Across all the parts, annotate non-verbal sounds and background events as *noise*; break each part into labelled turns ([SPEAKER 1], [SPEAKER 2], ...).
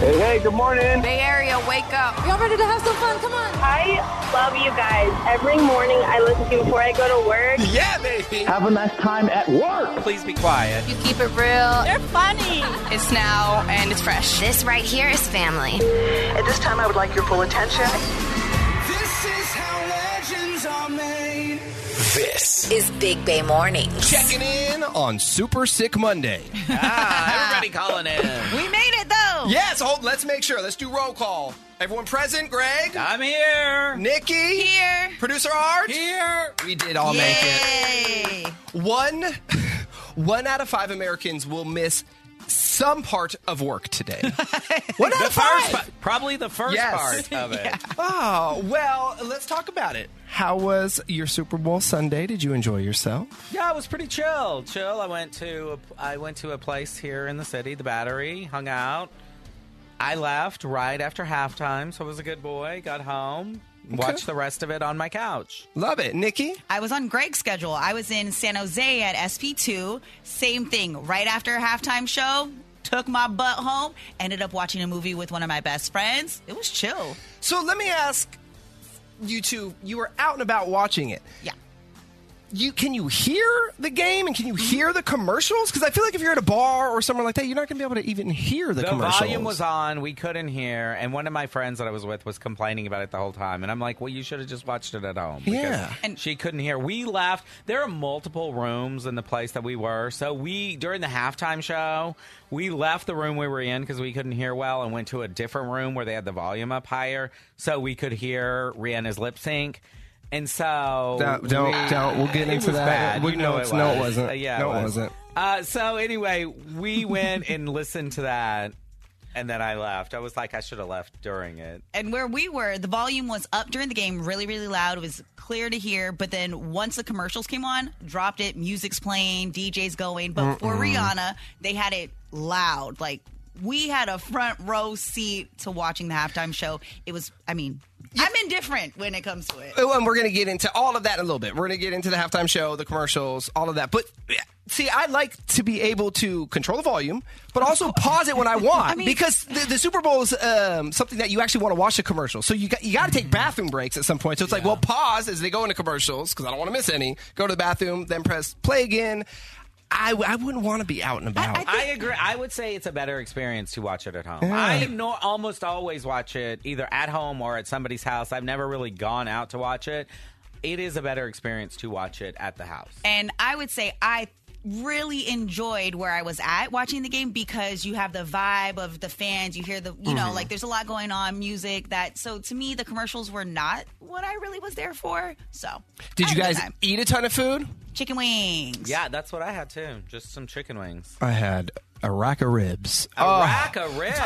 [SPEAKER 1] Hey, hey, good morning.
[SPEAKER 2] Bay Area, wake up.
[SPEAKER 3] Y'all ready to have some fun? Come on.
[SPEAKER 4] I love you guys. Every morning I listen to you before I go to work.
[SPEAKER 5] Yeah, baby.
[SPEAKER 1] Have a nice time at work.
[SPEAKER 5] Please be quiet.
[SPEAKER 2] You keep it real.
[SPEAKER 6] They're funny.
[SPEAKER 2] It's now and it's fresh.
[SPEAKER 7] This right here is family.
[SPEAKER 8] At this time, I would like your full attention.
[SPEAKER 9] This is how legends are made.
[SPEAKER 5] This
[SPEAKER 7] Is Big Bay Mornings.
[SPEAKER 5] checking in on Super Sick Monday. Ah, everybody calling in.
[SPEAKER 6] We made it though.
[SPEAKER 5] Yes, hold. Let's make sure. Let's do roll call. Everyone present. Greg,
[SPEAKER 10] I'm here.
[SPEAKER 5] Nikki,
[SPEAKER 2] Here.
[SPEAKER 5] producer Art.
[SPEAKER 10] Here.
[SPEAKER 5] We did all make it.
[SPEAKER 6] Yay.
[SPEAKER 5] One, *laughs* one out of five Americans will miss some part of work today. one out
[SPEAKER 10] The
[SPEAKER 5] of five.
[SPEAKER 10] first part, probably the first
[SPEAKER 5] Yes. *laughs*
[SPEAKER 10] part of it.
[SPEAKER 5] Oh, well, let's talk about it. How was your Super Bowl Sunday? Did you enjoy yourself?
[SPEAKER 10] Yeah, it was pretty chill. Chill. I went to a, I went to a place here in the city, the Battery, hung out. I left right after halftime, so I was a good boy. Got home, watched the rest of it on my couch.
[SPEAKER 5] Love it. Nikki?
[SPEAKER 6] I was on Greg's schedule. I was in San Jose at SP2. Same thing. Right after a halftime show, took my butt home, ended up watching a movie with one of my best friends. It was chill.
[SPEAKER 5] So let me ask you two, you were out and about watching it.
[SPEAKER 6] Yeah.
[SPEAKER 5] You can you hear the game and can you
[SPEAKER 10] Mm-hmm.
[SPEAKER 5] hear the commercials? Because I feel like if you're at a bar or somewhere like that, you're not going to be able to even hear the,
[SPEAKER 10] The
[SPEAKER 5] commercials.
[SPEAKER 10] volume was on. We couldn't hear, and one of my friends that I was with was complaining about it the whole time. And I'm like, "Well, you should have just watched it at home." because
[SPEAKER 5] Yeah.
[SPEAKER 6] And-
[SPEAKER 10] she couldn't hear. We left. There are multiple rooms in the place that we were, so we during the halftime show, we left the room we were in because we couldn't hear well, and went to a different room where they had the volume up higher, so we could hear Rihanna's lip sync. And so
[SPEAKER 5] Don't- don't-
[SPEAKER 10] we-
[SPEAKER 5] don't. We'll get
[SPEAKER 10] it
[SPEAKER 5] into
[SPEAKER 10] was
[SPEAKER 5] that.
[SPEAKER 10] Bad.
[SPEAKER 5] We-
[SPEAKER 10] You
[SPEAKER 5] no,
[SPEAKER 10] know
[SPEAKER 5] it's-
[SPEAKER 10] it
[SPEAKER 5] no, it
[SPEAKER 10] was.
[SPEAKER 5] wasn't.
[SPEAKER 10] Uh, yeah,
[SPEAKER 5] No, it
[SPEAKER 10] it was.
[SPEAKER 5] wasn't.
[SPEAKER 10] Uh, so anyway, we went and listened to that, and then I left. I was like, I should have left during it.
[SPEAKER 6] And where we were, the volume was up during the game, really, really loud. It was clear to hear. But then once the commercials came on, dropped it. Music's playing, DJ's going. But for Rihanna, they had it loud. Like we had a front row seat to watching the halftime show. It was, I mean, I'm indifferent when it comes to it.
[SPEAKER 5] Oh, and we're going to get into all of that in a little bit. We're going to get into the halftime show, the commercials, all of that. But yeah, see, I like to be able to control the volume, but also pause it when I want
[SPEAKER 6] mean-
[SPEAKER 5] because the, the Super Bowl is um, something that you actually want to watch the commercials. So you got, you got to take bathroom breaks at some point. So it's like, well, pause as they go into commercials because I don't want to miss any. Go to the bathroom, then press play again. I, I wouldn't want to be out and about.
[SPEAKER 10] I agree. I would say it's a better experience to watch it at home. I no, almost always watch it either at home or at somebody's house. I've never really gone out to watch it. It is a better experience to watch it at the house.
[SPEAKER 6] And I would say I really enjoyed where I was at watching the game because you have the vibe of the fans. You hear the, you
[SPEAKER 5] Mm-hmm.
[SPEAKER 6] know, like there's a lot going on, music that. So to me, the commercials were not what I really was there for. So I
[SPEAKER 5] Did
[SPEAKER 6] had
[SPEAKER 5] you
[SPEAKER 6] a good
[SPEAKER 5] guys
[SPEAKER 6] time.
[SPEAKER 5] eat a ton of food?
[SPEAKER 6] chicken wings?
[SPEAKER 10] Yeah, that's what I had too. Just some chicken wings,
[SPEAKER 5] I had a rack of ribs.
[SPEAKER 10] a rack of ribs.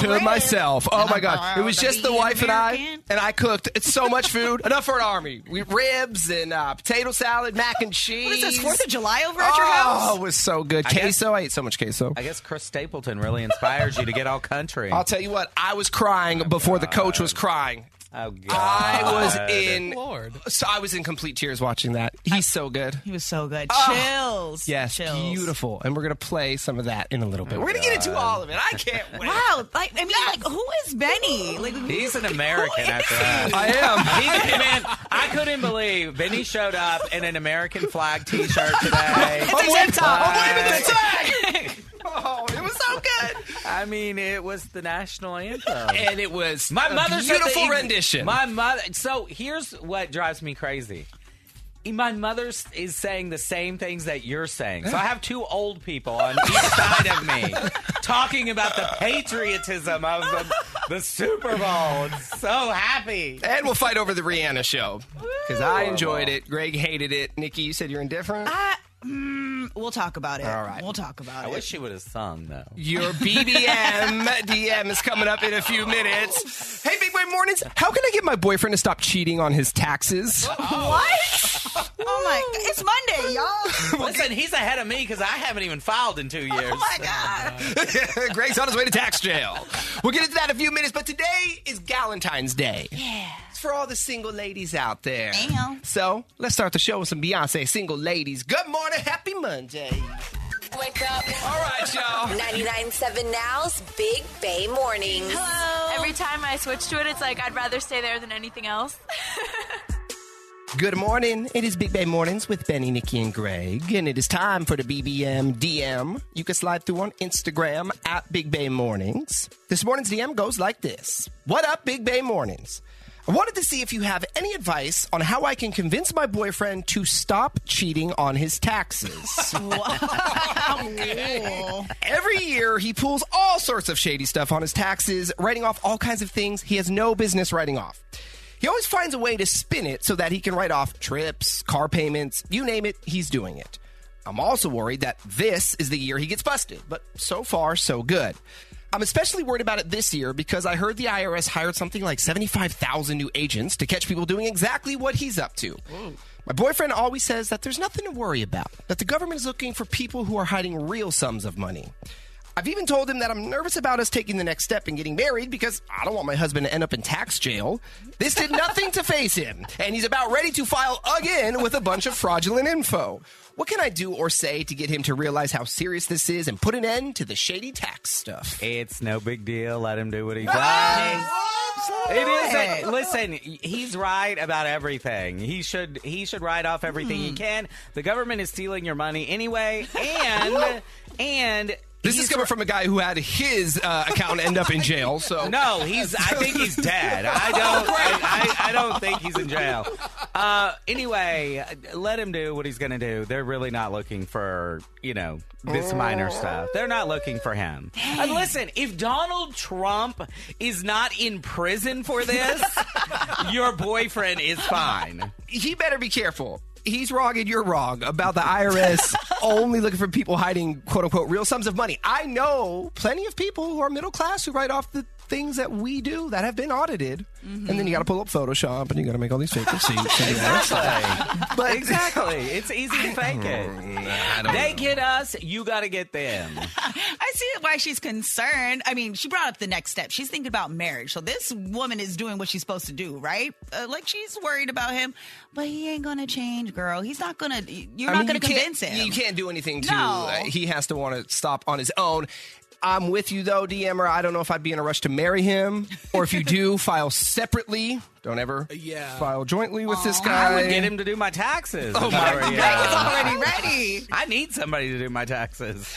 [SPEAKER 5] to myself. Oh my god,
[SPEAKER 6] proud
[SPEAKER 5] it was
[SPEAKER 6] to
[SPEAKER 5] just
[SPEAKER 6] be
[SPEAKER 5] the
[SPEAKER 6] an
[SPEAKER 5] wife and I,
[SPEAKER 6] American.
[SPEAKER 5] and I cooked It's so much food, enough for an army. We ribs and uh, potato salad, mac and cheese.
[SPEAKER 6] What is this Fourth of July over at your
[SPEAKER 5] Oh,
[SPEAKER 6] house?
[SPEAKER 5] it was so good.
[SPEAKER 10] guess-
[SPEAKER 5] queso. I ate so much queso.
[SPEAKER 10] I guess Chris Stapleton really inspires you to get all country.
[SPEAKER 5] I'll tell you what. I was crying before the coach was crying.
[SPEAKER 10] oh god,
[SPEAKER 5] I was in.
[SPEAKER 10] Lord.
[SPEAKER 5] So I was in complete tears watching that. He's so good.
[SPEAKER 6] He was so good. Chills.
[SPEAKER 5] Oh. Yes,
[SPEAKER 6] Chills.
[SPEAKER 5] beautiful. And we're gonna play some of that in a little bit. We're gonna get into all of it. I can't wait.
[SPEAKER 6] Wow. Like I mean, like who is Benny? Like
[SPEAKER 10] He's an American
[SPEAKER 6] Who
[SPEAKER 10] after
[SPEAKER 6] *laughs*
[SPEAKER 10] that.
[SPEAKER 5] I am.
[SPEAKER 10] He came in. I couldn't believe Benny showed up in an American flag T-shirt today.
[SPEAKER 5] I'm waving,
[SPEAKER 6] top.
[SPEAKER 10] Oh,
[SPEAKER 5] I'm waving the flag. Oh, it was so good.
[SPEAKER 10] I mean, it was the national anthem.
[SPEAKER 5] and it was
[SPEAKER 10] My
[SPEAKER 5] a
[SPEAKER 10] mother said
[SPEAKER 5] beautiful
[SPEAKER 10] the-
[SPEAKER 5] rendition.
[SPEAKER 10] My mother. So here's what drives me crazy. My mother is saying the same things that you're saying. So I have two old people on *laughs* each side of me talking about the patriotism of the, the Super Bowl. It's so happy.
[SPEAKER 5] and we'll fight over the Rihanna show because I enjoyed it. Greg hated it. Nikki, you said you're indifferent.
[SPEAKER 6] Ah. Mm, We'll talk about it. All
[SPEAKER 5] right.
[SPEAKER 6] We'll talk about
[SPEAKER 10] I
[SPEAKER 6] it.
[SPEAKER 10] wish she would have sung though.
[SPEAKER 5] Your BBM DM is coming up in a few minutes. Hey, Big Boy Mornings, how can I get my boyfriend to stop cheating on his taxes? *laughs*
[SPEAKER 6] Oh, What? *laughs* oh my! It's Monday, y'all.
[SPEAKER 10] Listen, he's ahead of me because I haven't even filed in two years.
[SPEAKER 6] Oh my god!
[SPEAKER 5] Greg's on his way to tax jail. We'll get into that in a few minutes, but today is Galentine's Day. Yeah. It's for all the single ladies out there.
[SPEAKER 6] Damn.
[SPEAKER 5] *laughs* So let's start the show with some Beyonce single ladies. Good morning, happy Monday.
[SPEAKER 7] Wake up.
[SPEAKER 5] All right, y'all.
[SPEAKER 7] 99.7 Now's Big Bay Mornings.
[SPEAKER 3] Every time I switch to it, it's like I'd rather stay there than anything else.
[SPEAKER 5] Good morning. It is Big Bay Mornings with Benny, Nikki, and Greg, and it is time for the BBM DM. You can slide through on Instagram at Big Bay Mornings. This morning's DM goes like this What up, Big Bay Mornings? I wanted to see if you have any advice on how I can convince my boyfriend to stop cheating on his taxes. Every year, he pulls all sorts of shady stuff on his taxes, writing off all kinds of things he has no business writing off. He always finds a way to spin it so that he can write off trips, car payments, you name it, he's doing it. I'm also worried that this is the year he gets busted, but so far, so good. I'm especially worried about it this year because I heard the IRS hired something like 75,000 new agents to catch people doing exactly what he's up to. My boyfriend always says that there's nothing to worry about, that the government is looking for people who are hiding real sums of money. I've even told him that I'm nervous about us taking the next step and getting married because I don't want my husband to end up in tax jail. This did nothing to face him, and he's about ready to file again with a bunch of fraudulent info. What can I do or say to get him to realize how serious this is and put an end to the shady tax stuff?
[SPEAKER 10] It's no big deal. Let him do what he does. It isn't. Listen, he's right about everything. He should he should write off everything he can. The government is stealing your money anyway, and and
[SPEAKER 5] This is
[SPEAKER 10] he's
[SPEAKER 5] coming from a guy who had his uh, account end up in jail, *laughs* so.
[SPEAKER 10] No, he's. I think he's dead. I don't. I, I, I don't think he's in jail. Uh, anyway, let him do what he's going to do. They're really not looking for you know this minor stuff. They're not looking for him. And listen, if Donald Trump is not in prison for this, your boyfriend is fine.
[SPEAKER 5] he better be careful. He's wrong and you're wrong about the *laughs* IRS only looking for people hiding quote unquote real sums of money. I know plenty of people who are middle class who write off the things that we do that have been audited. And then you got to pull up Photoshop and Mm-hmm. you got to make all these *laughs* fake receipts.
[SPEAKER 10] Exactly.
[SPEAKER 5] But
[SPEAKER 10] exactly. It's easy to fake it. They get us. You got to get them.
[SPEAKER 6] *laughs* I see why she's concerned. I mean, she brought up the next step. She's thinking about marriage. So this woman is doing what she's supposed to do, right? Uh, like she's worried about him, but he ain't gonna change, girl. He's not gonna. You're
[SPEAKER 5] I
[SPEAKER 6] not
[SPEAKER 5] mean,
[SPEAKER 6] gonna
[SPEAKER 5] you can't-
[SPEAKER 6] convince him.
[SPEAKER 5] You can't do anything to.
[SPEAKER 6] No.
[SPEAKER 5] uh, he has to want to stop on his own. I'm with you though, DMer. I don't know if I'd be in a rush to marry him, or if you
[SPEAKER 6] *laughs*
[SPEAKER 5] do, file separately. Don't ever
[SPEAKER 9] Yeah.
[SPEAKER 5] file jointly with this
[SPEAKER 10] I
[SPEAKER 5] guy.
[SPEAKER 10] would get him to do my taxes.
[SPEAKER 5] Oh
[SPEAKER 10] if
[SPEAKER 5] my
[SPEAKER 10] I were you.
[SPEAKER 5] God. *laughs*
[SPEAKER 6] Already ready.
[SPEAKER 10] I need somebody to do my taxes.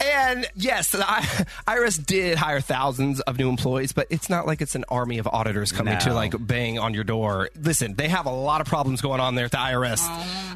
[SPEAKER 5] And yes, the I- IRS did hire thousands of new employees, but it's not like it's an army of auditors coming
[SPEAKER 10] No.
[SPEAKER 5] to like bang on your door. Listen, they have a lot of problems going on there at the IRS.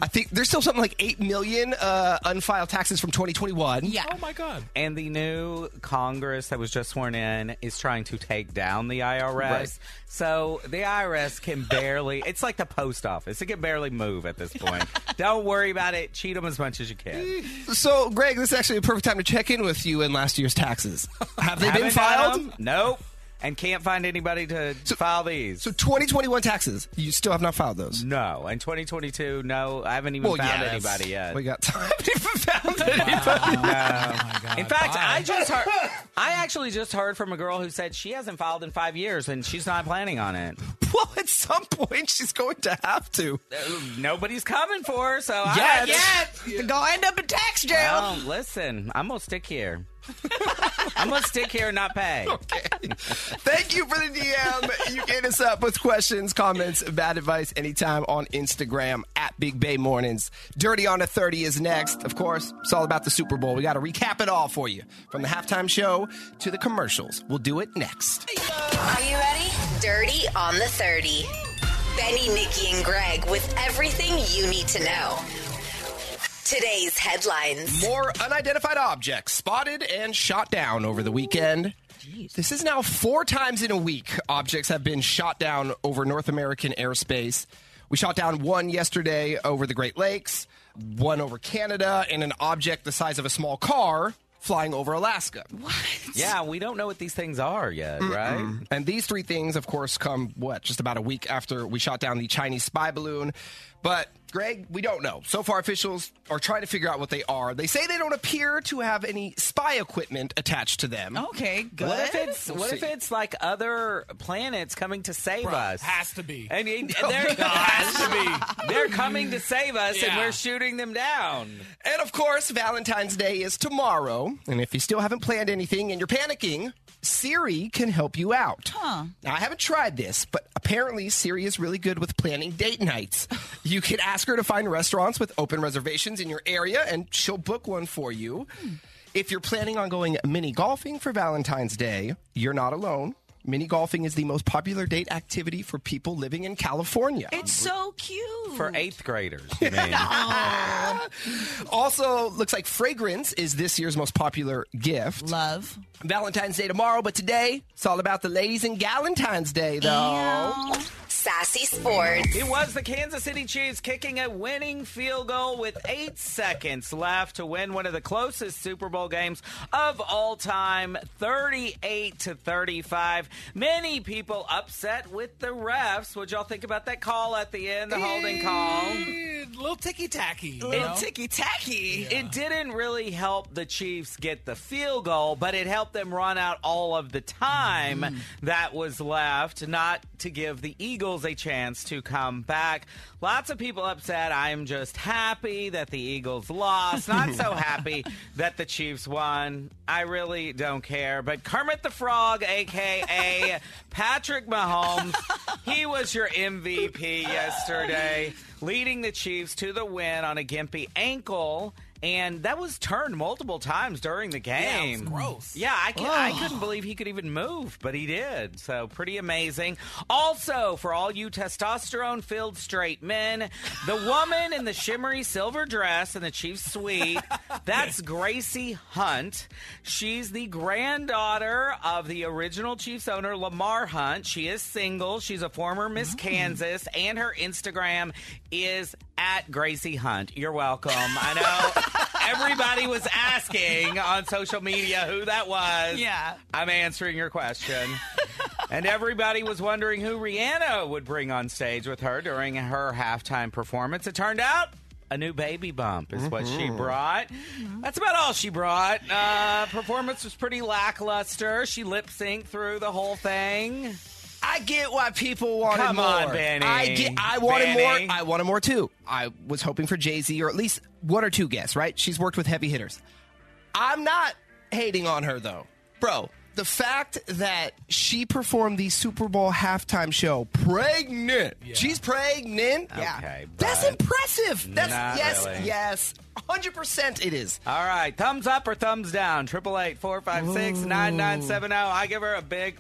[SPEAKER 5] I think there's still something like 8 million uh, unfiled taxes from 2021.
[SPEAKER 6] Yeah.
[SPEAKER 9] Oh my god.
[SPEAKER 10] And the new Congress that was just sworn in is trying to take down the IRS.
[SPEAKER 5] Right.
[SPEAKER 10] So the IRS can barely, it's like the post office. It can barely move at
[SPEAKER 5] *laughs*
[SPEAKER 10] this point. Don't worry about it. Cheat them as much as you can.
[SPEAKER 5] So, Greg, this is actually a perfect time to check in with you in last year's
[SPEAKER 10] *laughs*
[SPEAKER 5] taxes. Have they been
[SPEAKER 10] Haven't got
[SPEAKER 5] filed?
[SPEAKER 10] 'em? Nope. And can't find anybody to file these.
[SPEAKER 5] So, 2021 taxes, you still have not filed those.
[SPEAKER 10] no. And 2022, no. I haven't even found
[SPEAKER 5] yes.
[SPEAKER 10] anybody yet.
[SPEAKER 5] We got time. We haven't found
[SPEAKER 10] *laughs*
[SPEAKER 5] anybody.
[SPEAKER 10] In fact, I just heard.
[SPEAKER 11] *laughs*
[SPEAKER 10] I actually just heard from a girl who said she hasn't filed in five years and she's not planning on it.
[SPEAKER 5] Well, at some point, she's going to have to.
[SPEAKER 10] Nobody's coming for her, so I
[SPEAKER 5] Yet.
[SPEAKER 6] Yeah, gonna end up in tax jail.
[SPEAKER 10] Um, listen, I'm gonna stick here. I'm gonna stick here and
[SPEAKER 11] *laughs*
[SPEAKER 10] not pay.
[SPEAKER 5] Thank you for the DM. You can hit us up with questions, comments, bad advice anytime on Instagram at Big Bay Mornings. Dirty on a 30 is next. Of course, it's all about the Super Bowl. We got to recap it all for you from the halftime show to the commercials. We'll do it next.
[SPEAKER 7] Are you ready? Dirty on the 30. Benny, Nikki, and Greg with everything you need to know. Today's headlines.
[SPEAKER 5] More unidentified objects spotted and shot down over the weekend. This is now four times in a week objects have been shot down over North American airspace. We shot down one yesterday over the Great Lakes, one over Canada, and an object the size of a small car flying over Alaska.
[SPEAKER 10] Yeah, we don't know what these things are yet, right?
[SPEAKER 5] And these three things, of course, come what just about a week after we shot down the Chinese spy balloon. But Greg, we don't know. So far, officials are trying to figure out what they are. They say they don't appear to have any spy equipment attached to them.
[SPEAKER 6] Okay, good.
[SPEAKER 10] What if it's
[SPEAKER 5] We'll
[SPEAKER 10] what
[SPEAKER 5] see.
[SPEAKER 10] if it's like other planets coming to save us?
[SPEAKER 11] Has to be.
[SPEAKER 10] and,
[SPEAKER 11] *laughs*
[SPEAKER 10] and they're,
[SPEAKER 11] Oh,
[SPEAKER 10] *laughs*
[SPEAKER 11] Has to be.
[SPEAKER 10] they're coming to save us, and
[SPEAKER 11] Yeah.
[SPEAKER 10] we're shooting them down.
[SPEAKER 5] And of course, Valentine's Day is tomorrow. And if you still haven't planned anything and you're panicking, Siri can help you out. Now, I haven't tried this, but apparently Siri is really good with planning
[SPEAKER 11] *laughs*
[SPEAKER 5] date nights. you can ask her to find restaurants with open reservations in your area, and she'll book one for you.
[SPEAKER 11] Hmm.
[SPEAKER 5] If you're planning on going mini golfing for Valentine's Day, you're not alone. Mini golfing is the most popular date activity for people living in California.
[SPEAKER 6] It's so cute.
[SPEAKER 10] For eighth graders,
[SPEAKER 11] *laughs*
[SPEAKER 10] you mean?
[SPEAKER 5] also, looks like fragrance is this year's most popular gift.
[SPEAKER 6] love.
[SPEAKER 5] Valentine's Day tomorrow, but today it's all about the ladies and Galentine's Day, though.
[SPEAKER 7] Sassy Sports.
[SPEAKER 10] It was the Kansas City Chiefs kicking a winning field goal with eight seconds left to win one of the closest Super Bowl games of all time, 38 to 35. Many people upset with the refs. What'd y'all think about that call at the end, the holding call?
[SPEAKER 11] Eh, little ticky tacky. you know?
[SPEAKER 6] ticky tacky.
[SPEAKER 10] It didn't really help the Chiefs get the field goal, but it helped them run out all of the time that was left, not to give the Eagles a chance to come back. Lots of people upset. I'm just happy that the Eagles lost. Not so happy that the Chiefs won. I really don't care. But Kermit the Frog, aka Patrick Mahomes, he was your MVP yesterday, leading the Chiefs to the win on a gimpy ankle. And that was turned multiple times during the
[SPEAKER 11] Yeah,
[SPEAKER 10] game.
[SPEAKER 11] it was gross.
[SPEAKER 10] Yeah, I, can, I couldn't believe he could even move, but he did. So pretty amazing. Also, for all you testosterone filled straight men, the woman in the shimmery silver dress in the Chiefs suite, *laughs* that's Gracie Hunt. She's the granddaughter of the original Chiefs owner, Lamar Hunt. She is single. She's a former Miss Kansas, and her Instagram is at Gracie Hunt. You're welcome. I know everybody was asking on social media who that was.
[SPEAKER 6] Yeah.
[SPEAKER 10] I'm answering your question. and everybody was wondering who Rihanna would bring on stage with her during her halftime performance. It turned out a new baby bump is what she brought. That's about all she brought. Uh, performance was pretty lackluster. She lip synced through the whole thing.
[SPEAKER 5] I get why people wanted
[SPEAKER 10] Come
[SPEAKER 5] more.
[SPEAKER 10] on, Benny.
[SPEAKER 5] I get. I wanted
[SPEAKER 10] Benny.
[SPEAKER 5] more. I wanted more too. I was hoping for Jay Z or at least one or two guests. Right? She's worked with heavy hitters. I'm not hating on her though, bro. The fact that she performed the Super Bowl halftime show pregnant. She's pregnant.
[SPEAKER 10] Okay,
[SPEAKER 5] That's
[SPEAKER 10] but-
[SPEAKER 5] impressive. That's
[SPEAKER 10] Not
[SPEAKER 5] yes,
[SPEAKER 10] really.
[SPEAKER 5] yes. 100% it is.
[SPEAKER 10] All right, thumbs up or thumbs down? Triple eight four five six nine nine seven zero. I give her a big.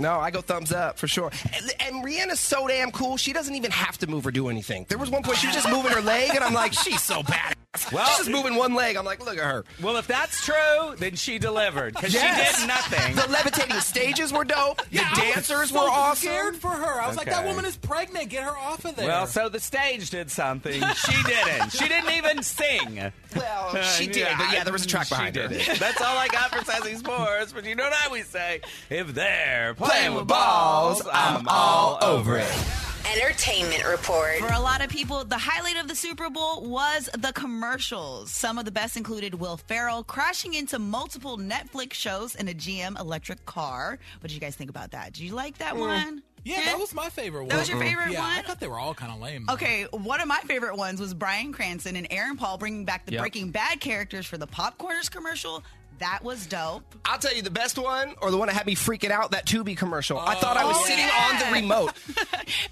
[SPEAKER 5] No, I go thumbs up for sure. And, and Rihanna's so damn cool. She doesn't even have to move or do anything. There was one point she was just moving her leg, and I'm like, she's so bad.
[SPEAKER 10] Well-
[SPEAKER 5] she's just moving one leg. I'm like, look at her.
[SPEAKER 10] Well, if that's true, then she delivered because
[SPEAKER 5] Yes.
[SPEAKER 10] she did nothing.
[SPEAKER 5] The levitating stages were dope.
[SPEAKER 11] Yeah,
[SPEAKER 5] the
[SPEAKER 11] I was
[SPEAKER 5] dancers
[SPEAKER 11] so
[SPEAKER 5] were awesome.
[SPEAKER 11] scared for her. I was like, that
[SPEAKER 10] Okay.
[SPEAKER 11] woman is pregnant. Get her off of there.
[SPEAKER 10] Well, so the stage did something. She didn't. She didn't even sing.
[SPEAKER 5] Well,
[SPEAKER 10] *laughs*
[SPEAKER 5] she did, but yeah, there was a track
[SPEAKER 10] She
[SPEAKER 5] behind
[SPEAKER 10] did
[SPEAKER 5] her.
[SPEAKER 10] it. That's all I got for Sassy Sports. But you know what I always say: if they're playing,
[SPEAKER 5] Playing with balls, I'm all over it.
[SPEAKER 7] Entertainment Report.
[SPEAKER 6] For a lot of people, the highlight of the Super Bowl was the commercials. Some of the best included Will Ferrell crashing into multiple Netflix shows in a GM electric car. What did you guys think about that? Did you like that one?
[SPEAKER 11] Mm. yeah, that was my favorite one.
[SPEAKER 6] That was your favorite
[SPEAKER 11] yeah, I
[SPEAKER 6] one?
[SPEAKER 11] thought they were all kind of lame.
[SPEAKER 6] Okay, one of my favorite ones was Brian Cranston and Aaron Paul bringing back the Breaking Bad characters for the Popcorners commercial. That was dope.
[SPEAKER 5] I'll tell you the best one, or the one that had me freaking out, that Tubi commercial. I thought I was
[SPEAKER 6] Oh,
[SPEAKER 5] sitting
[SPEAKER 6] yeah.
[SPEAKER 5] on
[SPEAKER 11] *laughs*
[SPEAKER 5] the remote.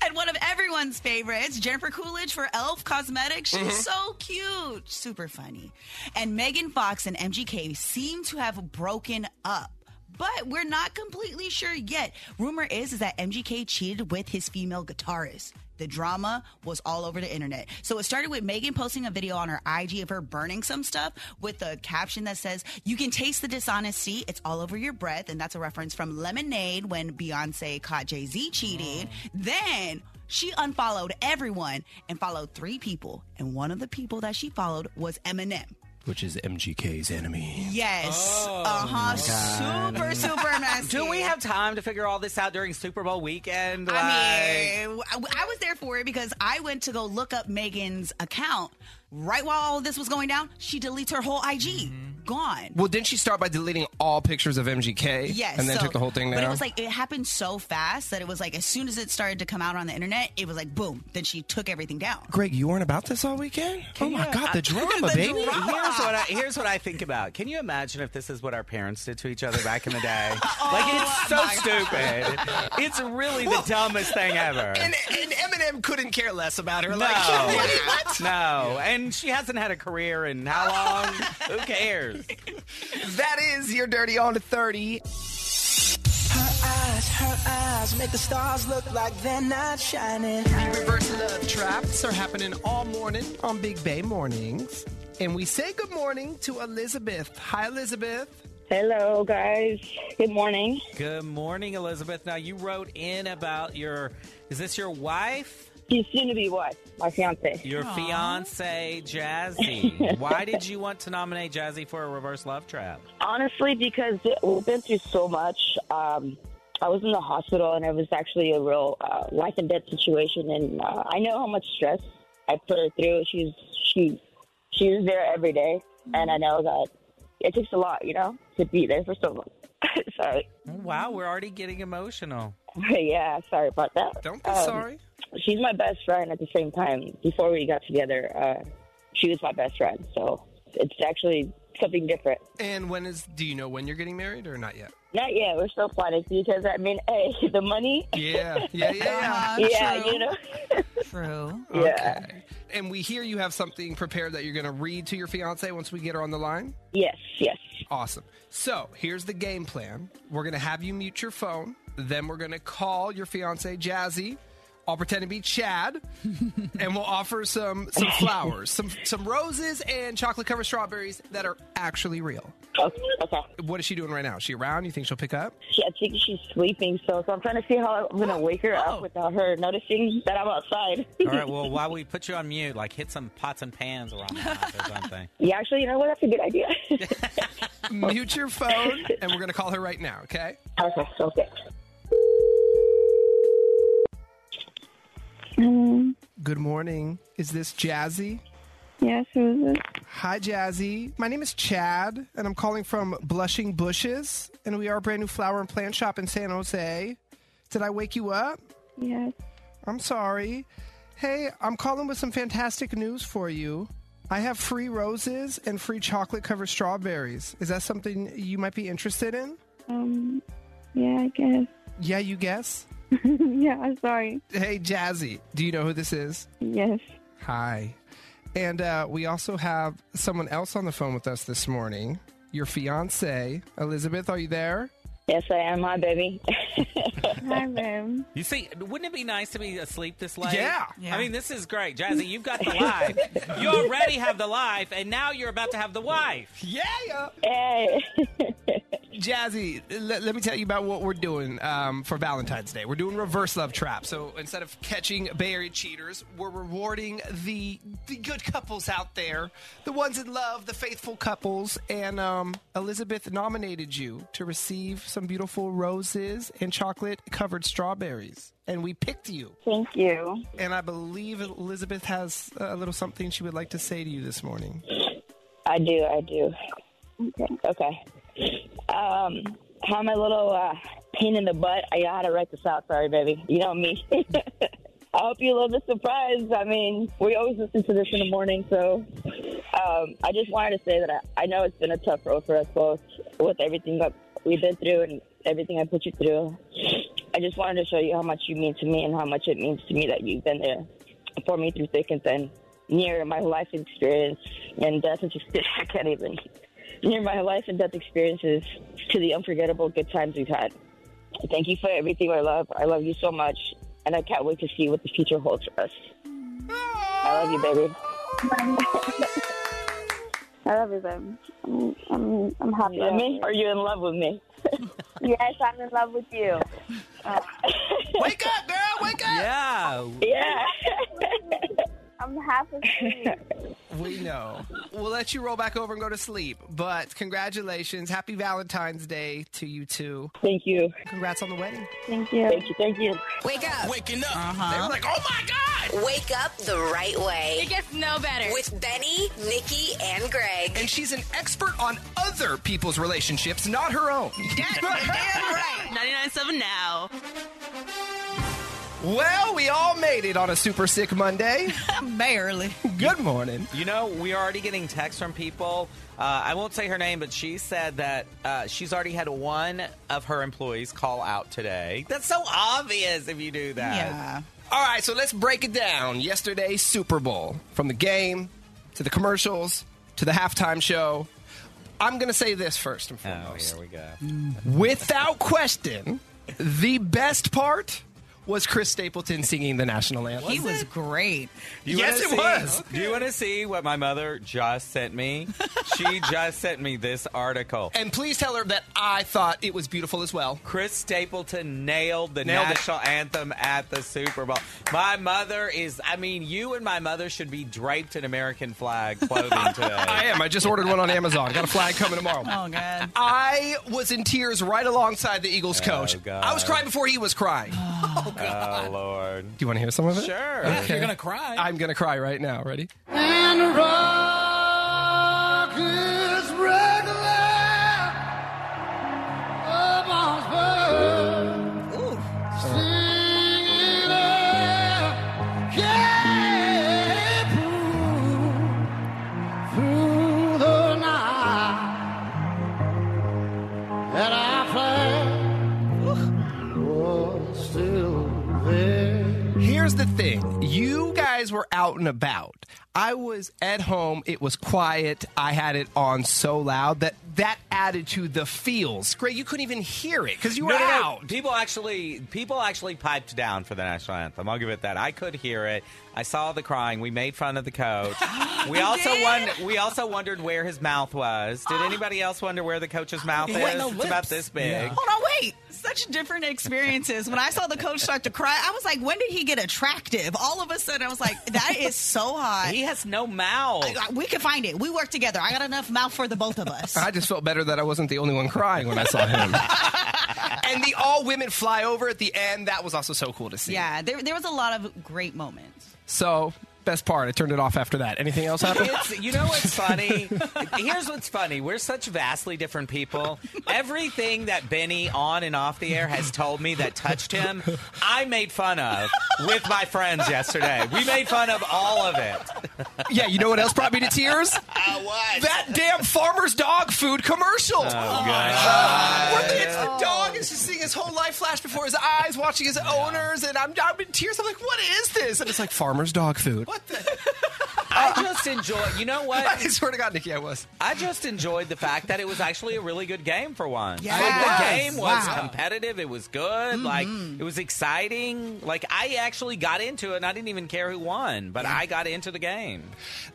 [SPEAKER 6] And one of everyone's favorites, Jennifer Coolidge for Elf Cosmetics. She's so cute, super funny. And Megan Fox and MGK seem to have broken up. But we're not completely sure yet. Rumor is, is that MGK cheated with his female guitarist. The drama was all over the internet. So it started with Megan posting a video on her IG of her burning some stuff with a caption that says, You can taste the dishonesty. It's all over your breath. And that's a reference from Lemonade when Beyonce caught Jay Z cheating.
[SPEAKER 10] Oh.
[SPEAKER 6] Then she unfollowed everyone and followed three people. And one of the people that she followed was Eminem.
[SPEAKER 5] which is MGK's enemy.
[SPEAKER 12] Yes.
[SPEAKER 10] Oh.
[SPEAKER 6] Uh-huh.
[SPEAKER 12] uh huh. Super, super nasty.
[SPEAKER 10] *laughs* Do we have time to figure all this out during Super Bowl weekend? Like-
[SPEAKER 12] I mean, I I was there for it because I went to go look up Megan's account. Right while all this was going down, she deletes her whole IG.
[SPEAKER 5] Mm-hmm.
[SPEAKER 12] Gone.
[SPEAKER 5] Well, didn't she start by deleting all pictures of MGK?
[SPEAKER 12] Yes.
[SPEAKER 5] And then
[SPEAKER 12] so-
[SPEAKER 5] took the whole thing down?
[SPEAKER 12] But it was like it happened so fast that it was like as soon as it started to come out on the internet, it was like boom. Then she took everything down.
[SPEAKER 5] Greg, you weren't about this all weekend? oh my God, *laughs* the drama,
[SPEAKER 12] The
[SPEAKER 5] baby.
[SPEAKER 10] Here's
[SPEAKER 12] drama.
[SPEAKER 10] what I here's what I think about. Can you imagine if this is what our parents did to each other back in
[SPEAKER 5] *laughs*
[SPEAKER 10] the day? like
[SPEAKER 5] Oh
[SPEAKER 10] it's so stupid. It's really the dumbest thing ever.
[SPEAKER 5] And, and Eminem couldn't care less about her. Like, *laughs*
[SPEAKER 10] No.
[SPEAKER 5] what?
[SPEAKER 10] no, and she hasn't had a career in how
[SPEAKER 5] *laughs*
[SPEAKER 10] long? Who cares?
[SPEAKER 5] That is your dirty on to 30.
[SPEAKER 13] Eyes, her eyes make the stars look like they're not shining.
[SPEAKER 5] The reverse love traps are happening all morning on Big Bay Mornings. And we say good morning to Elizabeth. Hi, Elizabeth.
[SPEAKER 6] Hello, guys. Good morning.
[SPEAKER 10] Good morning, Elizabeth. Now you wrote in about your is this your wife?
[SPEAKER 6] He's soon to be what? My fiance.
[SPEAKER 10] Your fiance *laughs* Jazzy. Why did you want to nominate Jazzy for a reverse love trap?
[SPEAKER 6] Honestly, because we've been through so much. Um, I was in the hospital, and it was actually a real uh, life and death situation. And uh, I know how much stress I put her through. She's she she was there every day, and I know that it takes a lot, you know, to be there for someone. *laughs* sorry,
[SPEAKER 10] Oh, Wow, we're already getting emotional.
[SPEAKER 6] yeah, sorry about that.
[SPEAKER 5] Don't be
[SPEAKER 6] Um,
[SPEAKER 5] sorry.
[SPEAKER 6] she's my best friend at the same time. Before we got together, uh, she was my best friend. So it's actually something different.
[SPEAKER 5] And when is, do you know when you're getting married or not yet?
[SPEAKER 6] Not yet. We're still planning because I mean, hey, *laughs* the money.
[SPEAKER 5] Yeah, yeah, yeah. yeah.
[SPEAKER 12] Uh,
[SPEAKER 6] Yeah,
[SPEAKER 12] true.
[SPEAKER 6] you know. *laughs*
[SPEAKER 12] True.
[SPEAKER 6] Yeah.
[SPEAKER 5] Okay. And we hear you have something prepared that you're going to read to your fiance once we get her on the line.
[SPEAKER 6] Yes. Yes.
[SPEAKER 5] Awesome. So here's the game plan. We're gonna have you mute your phone. Then we're gonna call your fiance Jazzy. I'll pretend to be Chad, and we'll offer some some flowers, some some roses, and chocolate covered strawberries that are actually real.
[SPEAKER 6] Okay. okay.
[SPEAKER 5] What is she doing right now? Is she around? You think she'll pick up?
[SPEAKER 6] She, I think she's sleeping, so so I'm trying to see how I'm gonna wake her up without her noticing that I'm outside. *laughs*
[SPEAKER 10] All right, well, while we put you on mute, like hit some pots and pans around the house or something.
[SPEAKER 6] yeah. Actually, you know what? That's a good idea. *laughs*
[SPEAKER 5] Mute your phone, and we're gonna call her right now. Okay.
[SPEAKER 6] okay. Okay.
[SPEAKER 5] Good morning. Is this Jazzy?
[SPEAKER 6] Yes. Who is this?
[SPEAKER 5] Hi, Jazzy. My name is Chad, and I'm calling from Blushing Bushes, and we are a brand new flower and plant shop in San Jose. Did I wake you up?
[SPEAKER 6] Yes.
[SPEAKER 5] I'm sorry. Hey, I'm calling with some fantastic news for you. I have free roses and free chocolate covered strawberries. Is that something you might be interested in?
[SPEAKER 6] Um. Yeah. I guess. *laughs*
[SPEAKER 5] Yeah, you guess.
[SPEAKER 6] yeah. I'm sorry.
[SPEAKER 5] Hey, Jazzy, do you know who this is?
[SPEAKER 6] Yes.
[SPEAKER 5] Hi. And uh, we also have someone else on the phone with us this morning. Your fiance, Elizabeth, are you there?
[SPEAKER 6] Yes, I am. Hi, baby. Hi, babe.
[SPEAKER 10] You see, wouldn't it be nice to be asleep this late?
[SPEAKER 5] Yeah.
[SPEAKER 10] I mean, this is great. Jazzy, you've got the *laughs* life. You already have the life, and now you're about to have the wife.
[SPEAKER 5] Yeah, yeah.
[SPEAKER 6] Hey.
[SPEAKER 5] Jazzy, let, let me tell you about what we're doing um, for Valentine's Day. We're doing reverse love trap. So instead of catching Bay Area cheaters, we're rewarding the the good couples out there, the ones in love, the faithful couples. And um, Elizabeth nominated you to receive some beautiful roses and chocolate covered strawberries. And we picked you.
[SPEAKER 6] Thank you.
[SPEAKER 5] And I believe Elizabeth has a little something she would like to say to you this
[SPEAKER 6] *laughs*
[SPEAKER 5] morning.
[SPEAKER 6] I do. I do. Okay. Okay. Um, how my little uh, pain in the butt. I know how to write this out. Sorry, baby. You know me. *laughs* I hope you love the surprise. I mean, we always listen to this in the morning, so um, I just wanted to say that I, I know it's been a tough road for us both with everything that we've been through and everything I put you through. I just wanted to show you how much you mean to me and how much it means to me that you've been there for me through thick and thin, near my life experience and death experience. *laughs* I can't even near my life and death experiences to the unforgettable good times we've had. Thank you for everything, my love. I love you so much, and I can't wait to see what the future holds for us. I love you, baby.
[SPEAKER 14] I love you, babe. I'm, I'm, I'm happy.
[SPEAKER 6] You love me? Are you in love with me?
[SPEAKER 14] Yes, I'm in love with you.
[SPEAKER 5] Wake up, girl! Wake up!
[SPEAKER 6] *laughs*
[SPEAKER 10] Yeah.
[SPEAKER 6] Yeah.
[SPEAKER 14] I'm half asleep.
[SPEAKER 5] We know. We'll let you roll back over and go to sleep. But congratulations. Happy Valentine's Day to you two.
[SPEAKER 4] Thank you.
[SPEAKER 5] Congrats on the wedding.
[SPEAKER 4] Thank you. Thank you. Thank you.
[SPEAKER 7] Wake up.
[SPEAKER 11] Waking up.
[SPEAKER 10] Uh-huh.
[SPEAKER 5] They were like, oh my God.
[SPEAKER 7] Wake up the right way.
[SPEAKER 2] It gets no better.
[SPEAKER 7] With Benny, Nikki, and Greg.
[SPEAKER 5] And she's an expert on other people's relationships, not her own.
[SPEAKER 6] That's damn right.
[SPEAKER 3] 99.7 now.
[SPEAKER 5] *laughs* Well, we all made it on a super sick Monday. *laughs*
[SPEAKER 6] Barely.
[SPEAKER 5] Good morning.
[SPEAKER 10] You know, we're already getting texts from people. Uh, I won't say her name, but she said that uh, she's already had one of her employees call out today. That's so obvious if you do that.
[SPEAKER 6] *laughs* Yeah.
[SPEAKER 5] All right, so let's break it down. Yesterday's Super Bowl, from the game to the commercials to the halftime show. I'm going to say this first and
[SPEAKER 10] Oh,
[SPEAKER 5] foremost.
[SPEAKER 10] here we go.
[SPEAKER 5] Without question, the best part was Chris Stapleton singing the national anthem.
[SPEAKER 6] he was great.
[SPEAKER 10] You
[SPEAKER 5] Yes,
[SPEAKER 10] wanna
[SPEAKER 5] it was.
[SPEAKER 10] Do you want to see what my mother just sent me? *laughs* she just sent me this article.
[SPEAKER 5] And please tell her that I thought it was beautiful as well.
[SPEAKER 10] Chris Stapleton nailed the
[SPEAKER 5] Nailed it.
[SPEAKER 10] national anthem at the Super Bowl. My mother is, I mean, you and my mother should be draped in American flag clothing
[SPEAKER 5] I
[SPEAKER 10] today.
[SPEAKER 5] am. I just ordered one on Amazon. Got a flag coming tomorrow.
[SPEAKER 6] Oh god.
[SPEAKER 5] I was in tears right alongside the Eagles coach.
[SPEAKER 10] God.
[SPEAKER 5] I was crying before he was *gasps* crying. Do
[SPEAKER 10] oh, Lord.
[SPEAKER 5] you want to hear some of it?
[SPEAKER 10] Sure.
[SPEAKER 11] If You're gonna cry.
[SPEAKER 5] I'm going to cry right now. Ready? Here's the thing you guys were out and about. I was at home. It was quiet. I had it on so loud that that added to the feels. Greg, you couldn't even hear it because you were
[SPEAKER 10] No, no, no.
[SPEAKER 5] out.
[SPEAKER 10] People actually, people actually piped down for the national anthem. I'll give it that. I could hear it. I saw the crying. We made fun of the coach. we also won- We also wondered where his mouth was. Did anybody else wonder where the coach's mouth
[SPEAKER 11] He had
[SPEAKER 10] is?
[SPEAKER 11] no
[SPEAKER 10] it's about
[SPEAKER 11] lips.
[SPEAKER 10] this big.
[SPEAKER 11] Yeah.
[SPEAKER 6] *laughs* Hold on, wait. Such different experiences. When I saw the coach start to cry, I was like, when did he get attractive? All of a sudden, I was like, that is so hot.
[SPEAKER 10] He has no mouth.
[SPEAKER 6] Uh, We can find it. We work together. I got enough mouth for the both
[SPEAKER 10] *laughs*
[SPEAKER 6] of us.
[SPEAKER 5] I just felt better that I wasn't the only one crying when I saw him. *laughs* and the all women flyover at the end, that was also so cool to see.
[SPEAKER 6] yeah, there, there was a lot of great moments.
[SPEAKER 5] So, best part, I turned it off after that. Anything else happen?
[SPEAKER 10] It's, you know what's funny? Here's what's funny. We're such vastly different people. Everything that Benny on and off the air has told me that touched him, I made fun of with my friends yesterday. We made fun of all of it.
[SPEAKER 5] *laughs* yeah, you know what else brought me to tears? *laughs* That damn farmer's dog food commercial. Where the, it's the dog is just seeing his whole life flash before his eyes, watching his owners, and I'm, I'm in tears. I'm like, what is this? And it's like farmer's dog food. What the?
[SPEAKER 10] I just enjoy. You
[SPEAKER 5] *laughs*
[SPEAKER 10] know
[SPEAKER 5] I
[SPEAKER 10] what?
[SPEAKER 5] swear to God, Nikki, I was.
[SPEAKER 10] I just enjoyed the fact that it was actually a really good game for once.
[SPEAKER 6] Yeah.
[SPEAKER 10] Like,
[SPEAKER 6] It was.
[SPEAKER 10] the game was
[SPEAKER 6] Wow.
[SPEAKER 10] competitive. It was good. Like it was exciting. Like I actually got into it. and I didn't even care who won, but I got into the game.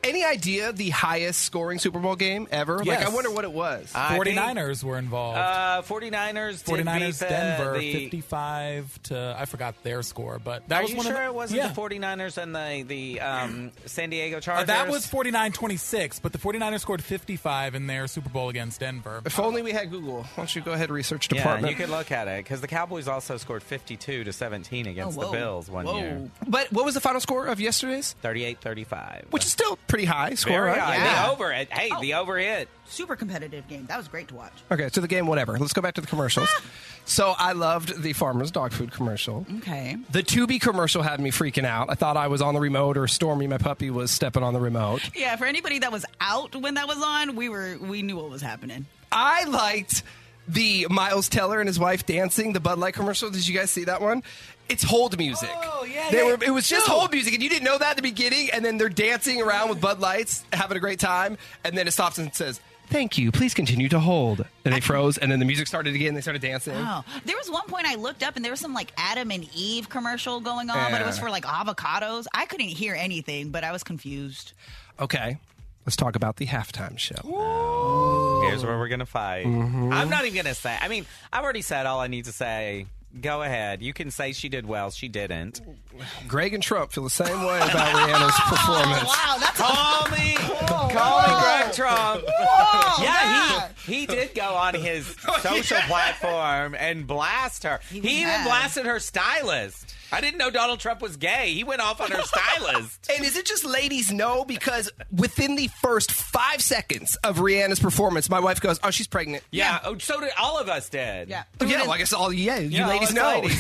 [SPEAKER 5] Any idea the highest scoring Super Bowl game ever? Like,
[SPEAKER 11] Yes.
[SPEAKER 5] I wonder what it was.
[SPEAKER 10] I think,
[SPEAKER 11] 49ers were involved.
[SPEAKER 10] Uh, 49ers. did
[SPEAKER 11] 49ers,
[SPEAKER 10] beat the-
[SPEAKER 11] Denver,
[SPEAKER 10] the-
[SPEAKER 11] 55 to I forgot their score, but that
[SPEAKER 10] Are
[SPEAKER 11] was
[SPEAKER 10] you
[SPEAKER 11] one
[SPEAKER 10] sure
[SPEAKER 11] of the,
[SPEAKER 10] it wasn't
[SPEAKER 11] yeah.
[SPEAKER 10] the 49ers and the the um, San Diego
[SPEAKER 11] Uh,
[SPEAKER 10] Chargers?
[SPEAKER 11] that was 49-26, but the 49ers scored 55 in their Super Bowl against Denver.
[SPEAKER 5] If only we had Google. Why don't you go ahead, research
[SPEAKER 10] Yeah,
[SPEAKER 5] department?
[SPEAKER 10] you could look at it because the Cowboys also scored 52 to 17 against
[SPEAKER 6] Oh,
[SPEAKER 10] the
[SPEAKER 6] whoa.
[SPEAKER 10] Bills one
[SPEAKER 6] Whoa.
[SPEAKER 10] year.
[SPEAKER 5] but what was the final score of yesterday's?
[SPEAKER 10] 38-35.
[SPEAKER 5] Which is still pretty high score,
[SPEAKER 10] Very
[SPEAKER 5] right?
[SPEAKER 10] high.
[SPEAKER 6] Yeah.
[SPEAKER 10] The over. Hey, the over hit.
[SPEAKER 6] Super competitive game. That was great to watch.
[SPEAKER 5] Okay, so the game, whatever. Let's go back to the commercials.
[SPEAKER 10] Ah.
[SPEAKER 5] so I loved the farmer's dog food commercial.
[SPEAKER 6] Okay.
[SPEAKER 5] The Tubi commercial had me freaking out. I thought I was on the remote or Stormy, my puppy, was stepping on the remote.
[SPEAKER 6] Yeah, for anybody that was out when that was on, we were we knew what was happening.
[SPEAKER 5] I liked the Miles Teller and his wife dancing, the Bud Light commercial. Did you guys see that one? It's hold music.
[SPEAKER 11] Oh, yeah,
[SPEAKER 5] They
[SPEAKER 11] yeah.
[SPEAKER 5] were, it was just hold music, and you didn't know that at the beginning, and then they're dancing around with Bud Lights, having a great time, and then it stops and says, Thank you. Please continue to hold. And they froze, and then the music started again. They started dancing.
[SPEAKER 11] Mm.
[SPEAKER 6] Oh, there was one point I looked up and there was some like Adam and Eve commercial going on, but it was
[SPEAKER 5] Yeah.
[SPEAKER 6] for like avocados. I couldn't hear anything, but I was confused.
[SPEAKER 5] Okay, let's talk about the halftime show.
[SPEAKER 10] Here's where we're gonna fight. I'm not even gonna say. I mean, I've already said all I need to say Go ahead. You can say she did well. She didn't.
[SPEAKER 5] Greg and Trump feel the same way about Rihanna's
[SPEAKER 11] *laughs*
[SPEAKER 6] Oh,
[SPEAKER 5] performance.
[SPEAKER 10] Wow, that's call me, call me Greg Trump. yeah, he he did go on his
[SPEAKER 5] *laughs* Oh,
[SPEAKER 10] social platform and blast her. He, even
[SPEAKER 5] mad.
[SPEAKER 10] blasted her stylist. I didn't know Donald Trump was gay. He went off
[SPEAKER 5] *laughs*
[SPEAKER 10] on her stylist.
[SPEAKER 5] And is it just ladies know? Because within the first five seconds of Rihanna's performance, my wife goes, "Oh, she's pregnant."
[SPEAKER 10] Yeah. Oh, so did all of us did.
[SPEAKER 6] Yeah.
[SPEAKER 5] yeah. Well, I guess all yeah, you
[SPEAKER 10] Yeah, all
[SPEAKER 5] ladies
[SPEAKER 10] us
[SPEAKER 5] know. *laughs*
[SPEAKER 10] ladies.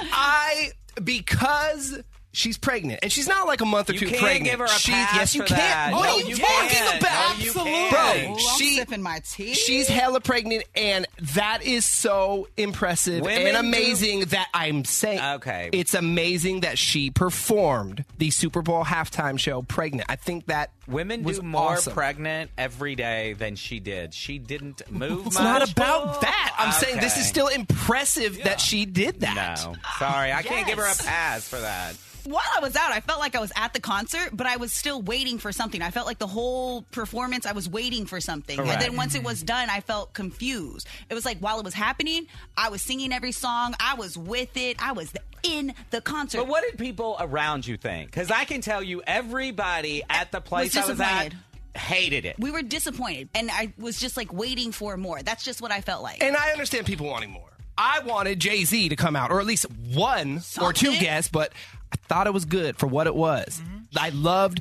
[SPEAKER 5] I because she's pregnant and she's not like a month or
[SPEAKER 10] You
[SPEAKER 5] two
[SPEAKER 10] can't
[SPEAKER 5] pregnant.
[SPEAKER 10] give her a
[SPEAKER 5] she,
[SPEAKER 10] pass
[SPEAKER 5] yes, you
[SPEAKER 10] for
[SPEAKER 5] can't.
[SPEAKER 10] that.
[SPEAKER 5] What
[SPEAKER 10] No,
[SPEAKER 5] are you,
[SPEAKER 10] you
[SPEAKER 5] talking
[SPEAKER 10] can't.
[SPEAKER 5] about?
[SPEAKER 10] No, you can't.
[SPEAKER 5] bro.
[SPEAKER 10] Ooh,
[SPEAKER 6] I'm
[SPEAKER 5] She
[SPEAKER 6] sipping my tea.
[SPEAKER 5] She's hella pregnant, and that is so impressive
[SPEAKER 10] Women
[SPEAKER 5] and
[SPEAKER 10] do-
[SPEAKER 5] amazing that I'm saying.
[SPEAKER 10] Okay.
[SPEAKER 5] It's amazing that she performed the Super Bowl halftime show pregnant. I think that
[SPEAKER 10] Women
[SPEAKER 5] was
[SPEAKER 10] do more
[SPEAKER 5] awesome.
[SPEAKER 10] pregnant every day than she did. She didn't move
[SPEAKER 5] It's
[SPEAKER 10] much.
[SPEAKER 5] not about that. I'm saying this is
[SPEAKER 10] Okay.
[SPEAKER 5] still impressive that she did that.
[SPEAKER 10] No. Sorry, I can't give her a
[SPEAKER 6] Yes.
[SPEAKER 10] pass for that.
[SPEAKER 6] While I was out, I felt like I was at the concert, but I was still waiting for something. I felt like the whole performance, I was waiting for something.
[SPEAKER 10] Correct.
[SPEAKER 6] And then once it was done, I felt confused. It was like while it was happening, I was singing every song, I was with it, I was in the concert.
[SPEAKER 10] But what did people around you think? Because I can tell you, everybody at the place I was at
[SPEAKER 6] disappointed.
[SPEAKER 10] hated it.
[SPEAKER 6] we were disappointed, and I was just like waiting for more. That's just what I felt like.
[SPEAKER 5] And I understand people wanting more. I wanted Jay Z to come out, or at least one or two
[SPEAKER 6] Something.
[SPEAKER 5] guests, but I thought it was good for what it was. I loved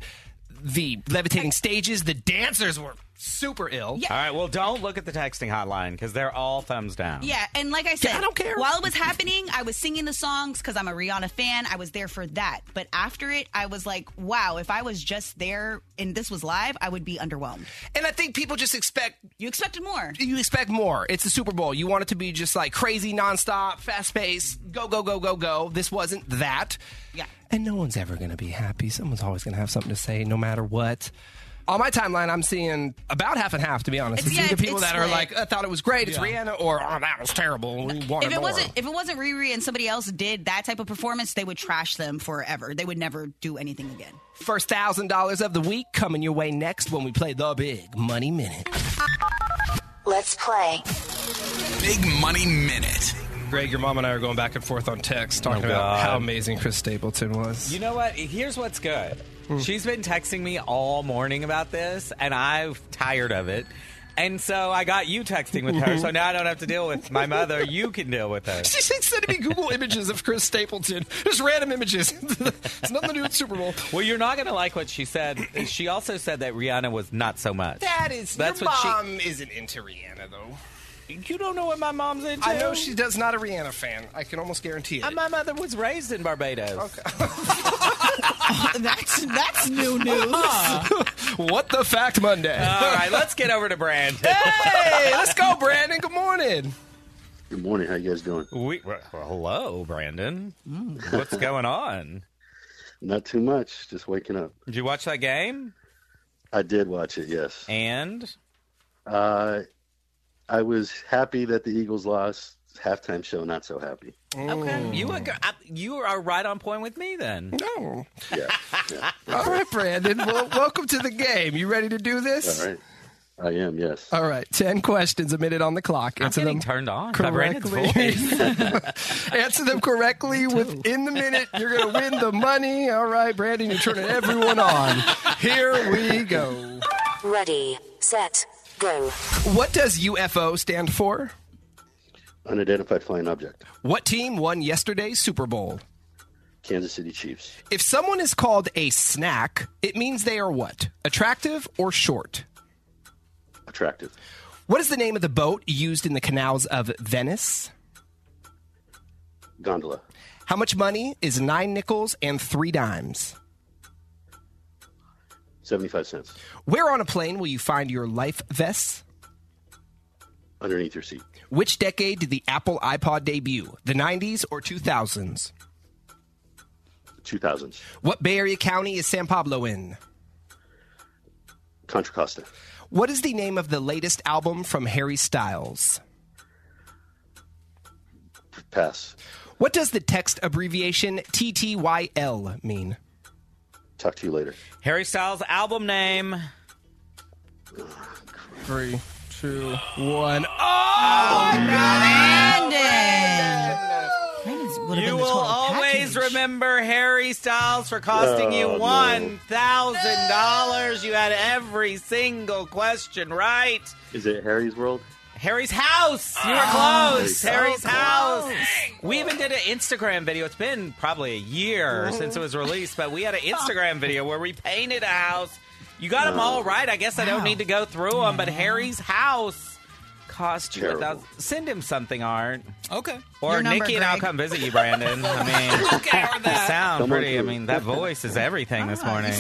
[SPEAKER 5] the levitating stages. The dancers were super ill.
[SPEAKER 10] All right, well, don't look at the texting hotline because they're all thumbs down.
[SPEAKER 6] Yeah, and like I said,
[SPEAKER 5] I don't care.
[SPEAKER 6] While it was happening, I was singing the songs because I'm a Rihanna fan. I was there for that. But after it, I was like, wow, if I was just there and this was live, I would be underwhelmed.
[SPEAKER 5] And I think people just expect
[SPEAKER 6] You expected more.
[SPEAKER 5] you expect more. It's the Super Bowl. You want it to be just like crazy, nonstop, fast paced, go, go, go, go, go. This wasn't that.
[SPEAKER 6] Yeah.
[SPEAKER 5] And no one's ever going to be happy. Someone's always going to have something to say, no matter what. On my timeline, I'm seeing about half and half, to be honest.
[SPEAKER 6] It's-
[SPEAKER 5] It's
[SPEAKER 6] yeah,
[SPEAKER 5] either
[SPEAKER 6] it's-
[SPEAKER 5] people
[SPEAKER 6] it's
[SPEAKER 5] that are
[SPEAKER 6] split.
[SPEAKER 5] like, I thought it was great, it's Rihanna, or oh, that was terrible. We wanted
[SPEAKER 6] If it
[SPEAKER 5] more.
[SPEAKER 6] wasn't if it wasn't Riri and somebody else did that type of performance, they would trash them forever. They would never do anything again.
[SPEAKER 5] First thousand dollars of the week coming your way next when we play the big money minute.
[SPEAKER 7] Let's play.
[SPEAKER 9] Big Money Minute.
[SPEAKER 5] Greg, your mom and I are going back and forth on text talking
[SPEAKER 10] Oh,
[SPEAKER 5] about
[SPEAKER 10] God.
[SPEAKER 5] how amazing Chris Stapleton was.
[SPEAKER 10] You know what? Here's what's good. She's been texting me all morning about this, and I'm tired of it. And so I got you texting with her, so now I don't have to deal with my mother. You can deal with her.
[SPEAKER 5] She said sending me Google images of Chris Stapleton. Just random images. *laughs* it's nothing to do with Super Bowl.
[SPEAKER 10] Well, you're not going to like what she said. She also said that Rihanna was not so much.
[SPEAKER 5] That is
[SPEAKER 10] That's
[SPEAKER 5] your
[SPEAKER 10] what she-
[SPEAKER 5] mom isn't into Rihanna though.
[SPEAKER 10] You don't know what my mom's into.
[SPEAKER 5] I know she does not a Rihanna fan. I can almost guarantee it.
[SPEAKER 10] Uh, My mother was raised in Barbados.
[SPEAKER 6] that's that's new news.
[SPEAKER 5] what the fact Monday?
[SPEAKER 10] All right, let's get over to Brandon.
[SPEAKER 5] *laughs* hey, let's go, Brandon. Good morning.
[SPEAKER 15] Good morning. How you guys doing?
[SPEAKER 10] *laughs* We, well, hello, Brandon. What's going on?
[SPEAKER 15] Not too much. Just waking up.
[SPEAKER 10] Did you watch that game?
[SPEAKER 15] I did watch it. Yes.
[SPEAKER 10] And
[SPEAKER 15] Uh, I was happy that the Eagles lost. Halftime show. Not so happy.
[SPEAKER 10] okay,
[SPEAKER 5] Mm.
[SPEAKER 10] you are, go- I- you are right on point with me then.
[SPEAKER 5] No.
[SPEAKER 15] Yeah. yeah.
[SPEAKER 5] All right, Brandon. Well, welcome to the game. You ready to do this?
[SPEAKER 15] All right. I am. Yes.
[SPEAKER 5] All right, ten questions a minute on the clock.
[SPEAKER 10] I'm
[SPEAKER 5] Answer
[SPEAKER 10] getting
[SPEAKER 5] them
[SPEAKER 10] turned on by Brandon's
[SPEAKER 5] correctly.
[SPEAKER 10] voice.
[SPEAKER 5] *laughs* Answer them correctly within the minute. You're going to win the money. All right, Brandon, you're turning everyone on. Here we go.
[SPEAKER 7] Ready, set, go.
[SPEAKER 5] What does UFO stand for?
[SPEAKER 15] Unidentified flying object.
[SPEAKER 5] What team won yesterday's Super Bowl?
[SPEAKER 15] Kansas City Chiefs.
[SPEAKER 5] If someone is called a snack, it means they are what? Attractive or short?
[SPEAKER 15] Attractive.
[SPEAKER 5] What is the name of the boat used in the canals of Venice?
[SPEAKER 15] Gondola.
[SPEAKER 5] How much money is nine nickels and three dimes?
[SPEAKER 15] Seventy-five cents
[SPEAKER 5] Where on a plane will you find your life vests?
[SPEAKER 15] underneath your seat.
[SPEAKER 5] Which decade did the Apple iPod debut? The 90s or 2000s?
[SPEAKER 15] Two thousands.
[SPEAKER 5] What Bay Area county is San Pablo in?
[SPEAKER 15] Contra Costa.
[SPEAKER 5] What is the name of the latest album from Harry Styles?
[SPEAKER 15] Pass.
[SPEAKER 5] What does the text abbreviation TTYL mean?
[SPEAKER 15] Talk to you later.
[SPEAKER 10] Harry Styles' album name.
[SPEAKER 5] Three, through one.
[SPEAKER 6] Brandon.
[SPEAKER 10] You will always remember Harry Styles for costing you
[SPEAKER 5] Oh, no.
[SPEAKER 10] one thousand dollars. You had every single question right.
[SPEAKER 15] Is it Harry's
[SPEAKER 5] *laughs*
[SPEAKER 15] World?
[SPEAKER 10] Harry's house. You were
[SPEAKER 15] Oh,
[SPEAKER 10] close.
[SPEAKER 15] so
[SPEAKER 10] Harry's
[SPEAKER 15] close.
[SPEAKER 10] house. We even did an Instagram video. It's been probably a year since it was released, but we had an Instagram video where we painted a house. You got them all right. I guess I don't need to go through them, but Harry's house cost you a
[SPEAKER 11] Terrible.
[SPEAKER 10] thousand. Send him something, Art.
[SPEAKER 11] Okay.
[SPEAKER 10] Or
[SPEAKER 11] Your
[SPEAKER 10] Nikki
[SPEAKER 11] number,
[SPEAKER 10] and I'll
[SPEAKER 11] Greg.
[SPEAKER 10] come visit you, Brandon. I mean, you sound
[SPEAKER 15] Come on
[SPEAKER 10] pretty. I
[SPEAKER 15] through.
[SPEAKER 10] mean, that voice is everything
[SPEAKER 6] Ah,
[SPEAKER 10] this morning.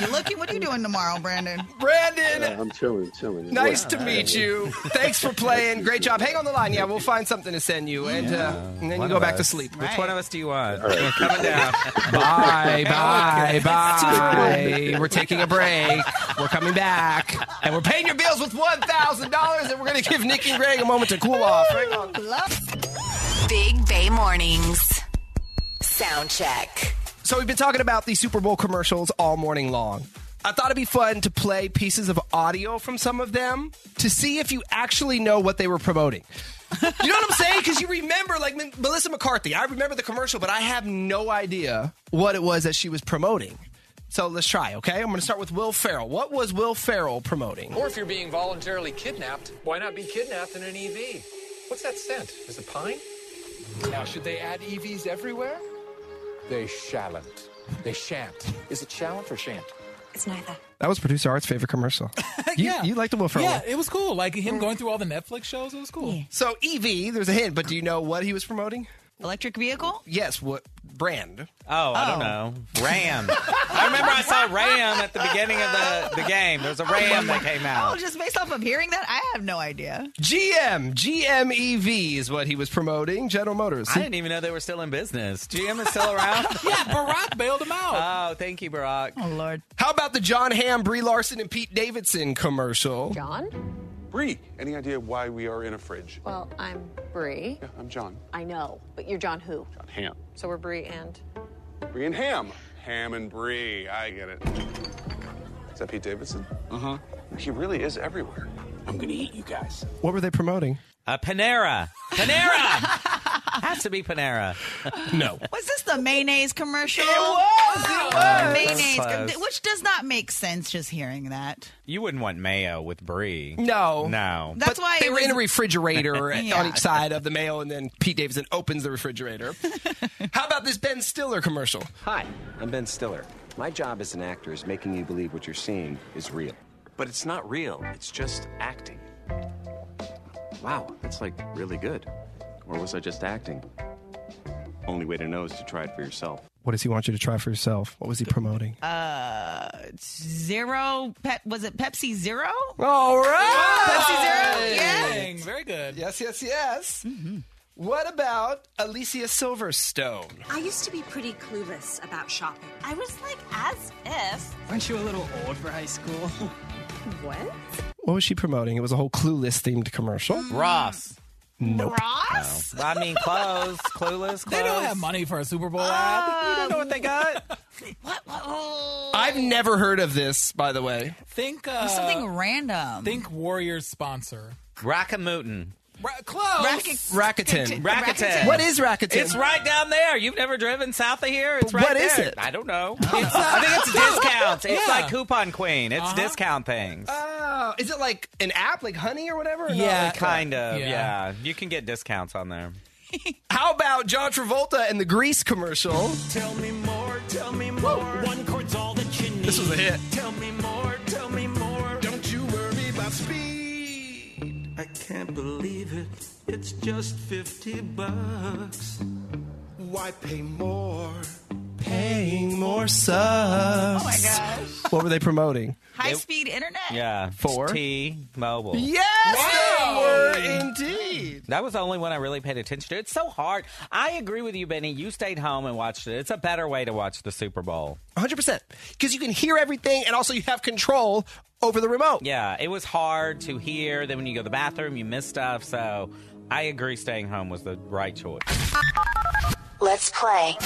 [SPEAKER 6] You're looking. What are you doing tomorrow, Brandon?
[SPEAKER 5] Brandon.
[SPEAKER 15] Uh, I'm chilling, chilling.
[SPEAKER 5] Nice
[SPEAKER 15] What?
[SPEAKER 5] to meet you. Thanks for playing. Great job. Hang on the line. Yeah, we'll find something to send you, and, uh, and then you
[SPEAKER 10] One
[SPEAKER 5] go
[SPEAKER 10] of
[SPEAKER 5] back to
[SPEAKER 10] us.
[SPEAKER 5] sleep.
[SPEAKER 10] Which one of us do you want?
[SPEAKER 5] All
[SPEAKER 10] We're *laughs* coming down.
[SPEAKER 5] Bye, bye,
[SPEAKER 10] Okay.
[SPEAKER 5] bye. We're taking a break. We're coming back, and we're paying your bills with one thousand dollars, and we're going to give Nikki and Greg a moment to cool off. Hang on.
[SPEAKER 7] Big Bay Mornings. Sound check.
[SPEAKER 5] So we've been talking about the Super Bowl commercials all morning long. I thought it'd be fun to play pieces of audio from some of them to see if you actually know what they were promoting. you know what I'm saying? Because you remember, like M- Melissa McCarthy. I remember the commercial, but I have no idea what it was that she was promoting. So let's try, okay? I'm going to start with Will Farrell. What was Will Farrell promoting?
[SPEAKER 16] Or if you're being voluntarily kidnapped, why not be kidnapped in an EV? What's that scent? Is it pine? Now, should they add EVs everywhere? They shalln't. They shan't. Is it shalln't or shan't?
[SPEAKER 17] It's neither.
[SPEAKER 5] That was producer Art's favorite *laughs* commercial. You,
[SPEAKER 11] Yeah.
[SPEAKER 5] you liked the Will Ferrell.
[SPEAKER 11] Yeah, it was cool. Like him going through all the Netflix shows, it was cool.
[SPEAKER 5] So EV, there's a hint, but do you know what he was promoting?
[SPEAKER 6] Electric vehicle?
[SPEAKER 5] Yes, what brand?
[SPEAKER 10] Oh, I don't know. Ram. I remember I saw Ram at the beginning of the, the game. There was a Ram that came
[SPEAKER 6] Oh,
[SPEAKER 10] out.
[SPEAKER 6] just based off of hearing that, I have no idea.
[SPEAKER 5] GM, GMEV E is what he was promoting. General Motors.
[SPEAKER 10] I didn't even know they were still in business. GM is still around.
[SPEAKER 11] *laughs* yeah, Barack bailed him out.
[SPEAKER 10] Oh, thank you, Barack.
[SPEAKER 6] Oh Lord.
[SPEAKER 5] How about the John Hamm, Brie Larson, and Pete Davidson commercial? John?
[SPEAKER 18] Bree, any idea why we are in a fridge?
[SPEAKER 19] Well, I'm Bree.
[SPEAKER 18] Yeah, I'm John.
[SPEAKER 19] I know, but you're John who?
[SPEAKER 18] John Ham.
[SPEAKER 19] So we're Bree and
[SPEAKER 18] Bree and Ham. Ham and Bree. I get it. Is that Pete Davidson? Uh huh. He really is everywhere. I'm gonna eat you guys.
[SPEAKER 5] What were they promoting?
[SPEAKER 10] A Panera. Panera. Has to be Panera.
[SPEAKER 5] No.
[SPEAKER 6] Was this the mayonnaise commercial? It
[SPEAKER 5] was.
[SPEAKER 10] it was.
[SPEAKER 6] Mayonnaise,
[SPEAKER 10] Close.
[SPEAKER 6] which does not make sense. Just hearing that.
[SPEAKER 10] You wouldn't want mayo with brie.
[SPEAKER 5] No.
[SPEAKER 10] No.
[SPEAKER 6] That's
[SPEAKER 5] But
[SPEAKER 6] why
[SPEAKER 5] they
[SPEAKER 6] it
[SPEAKER 5] were
[SPEAKER 6] was-
[SPEAKER 5] in a
[SPEAKER 6] *laughs*
[SPEAKER 5] refrigerator at-
[SPEAKER 6] Yeah.
[SPEAKER 5] on each side of the mail, and then Pete Davidson opens the
[SPEAKER 6] *laughs*
[SPEAKER 5] refrigerator. How about this Ben Stiller commercial?
[SPEAKER 20] Hi, I'm Ben Stiller. My job as an actor is making you believe what you're seeing is real. But it's not real, it's just acting. Wow, that's like really good. Or was I just acting? Only way to know is to try it for yourself.
[SPEAKER 5] What does he want you to try for yourself? What was he promoting?
[SPEAKER 6] Uh, zero. Pep, was it Pepsi Zero?
[SPEAKER 5] All right.
[SPEAKER 6] Pepsi Zero. Yeah.
[SPEAKER 11] Very good.
[SPEAKER 5] Yes, yes, yes.
[SPEAKER 6] Mm-hmm.
[SPEAKER 5] What about Alicia Silverstone?
[SPEAKER 21] I used to be pretty clueless about shopping.
[SPEAKER 3] I was like, as if.
[SPEAKER 21] Aren't you a little old for high school?
[SPEAKER 3] What?
[SPEAKER 5] What was she promoting? It was a whole Clueless themed commercial.
[SPEAKER 6] Mm.
[SPEAKER 10] Ross.
[SPEAKER 5] Nope.
[SPEAKER 10] Ross? I mean, clothes, clueless, clothes. Uh,
[SPEAKER 11] They don't have money for a Super Bowl ad.
[SPEAKER 10] You don't know what they got?
[SPEAKER 5] I've never heard of this, by the way.
[SPEAKER 11] Think uh,
[SPEAKER 6] something random.
[SPEAKER 11] Think Warriors sponsor.
[SPEAKER 10] Rackamootin.
[SPEAKER 11] Ra- close.
[SPEAKER 5] Rakuten.
[SPEAKER 10] Rakuten.
[SPEAKER 5] What is Rakuten?
[SPEAKER 10] It's right down there. You've never driven south of here. It's right
[SPEAKER 5] what is
[SPEAKER 10] there.
[SPEAKER 5] it?
[SPEAKER 10] I don't know. It's, I think it's discounts. It's
[SPEAKER 5] Yeah.
[SPEAKER 10] like coupon queen.
[SPEAKER 11] Uh-huh.
[SPEAKER 10] It's discount things.
[SPEAKER 5] Oh, is it like an app, like Honey or whatever? or not like that?
[SPEAKER 10] kind of. Yeah. you can get discounts on there.
[SPEAKER 5] How about John Travolta and the Grease commercial?
[SPEAKER 9] Tell me more, tell me more. One chord's all that you need.
[SPEAKER 5] This was a hit.
[SPEAKER 9] Tell me more, tell me more. Don't you worry about speed. I can't believe it. It's just 50 bucks. Why pay more?
[SPEAKER 5] Paying more subs.
[SPEAKER 6] Oh my gosh.
[SPEAKER 5] What were they promoting?
[SPEAKER 6] High speed internet.
[SPEAKER 10] Yeah,
[SPEAKER 5] Four?
[SPEAKER 10] T Mobile.
[SPEAKER 5] Yes,
[SPEAKER 6] Wow.
[SPEAKER 5] they were indeed.
[SPEAKER 10] That was the only one I really paid attention to. It's so hard. I agree with you, Benny. You stayed home and watched it. It's a better way to watch the Super Bowl.
[SPEAKER 5] 100%. Because you can hear everything and also you have control over the remote.
[SPEAKER 10] Yeah, it was hard to hear. Then when you go to the bathroom, you miss stuff. So I agree staying home was the right choice.
[SPEAKER 7] Let's play.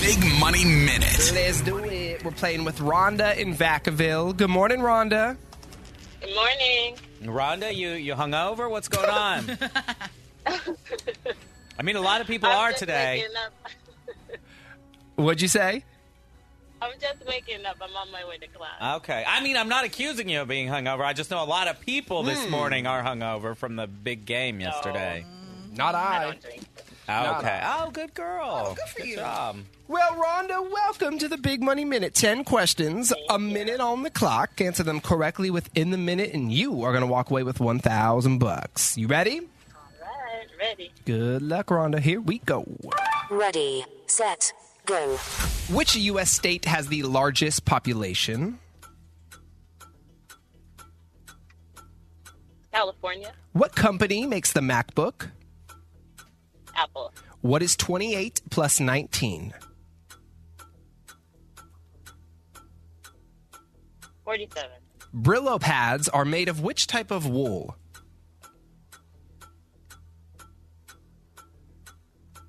[SPEAKER 5] Big Money Minute. Let's do it. We're playing with Rhonda in Vacaville. Good morning, Rhonda.
[SPEAKER 22] Good morning.
[SPEAKER 10] Rhonda, you you hung over? What's
[SPEAKER 22] *laughs*
[SPEAKER 10] going on? I mean, a lot of people
[SPEAKER 22] I'm
[SPEAKER 10] are
[SPEAKER 22] just
[SPEAKER 10] today.
[SPEAKER 22] making up-
[SPEAKER 5] What'd you say?
[SPEAKER 22] I'm just making up. I'm on my way to class.
[SPEAKER 10] Okay. I mean, I'm not accusing you of being hungover. I just know a lot of people this
[SPEAKER 22] Hmm.
[SPEAKER 10] morning are hungover from the big game yesterday.
[SPEAKER 5] Not I. Not
[SPEAKER 10] okay.
[SPEAKER 5] I.
[SPEAKER 10] Oh, good girl. good for you. Job.
[SPEAKER 5] Well, Rhonda, welcome to the Big Money Minute. 10 questions, a minute on the clock. Answer them correctly within the minute, and you are going to walk away with 1000 bucks. You ready?
[SPEAKER 22] Right, ready.
[SPEAKER 5] Good luck, Rhonda. Here we go.
[SPEAKER 7] Ready, set, go.
[SPEAKER 5] Which U.S. state has the largest population?
[SPEAKER 22] California,
[SPEAKER 5] What company makes the MacBook?
[SPEAKER 22] Apple,
[SPEAKER 5] What is 28 plus 19?
[SPEAKER 22] 47,
[SPEAKER 5] Brillo pads are made of which type of wool?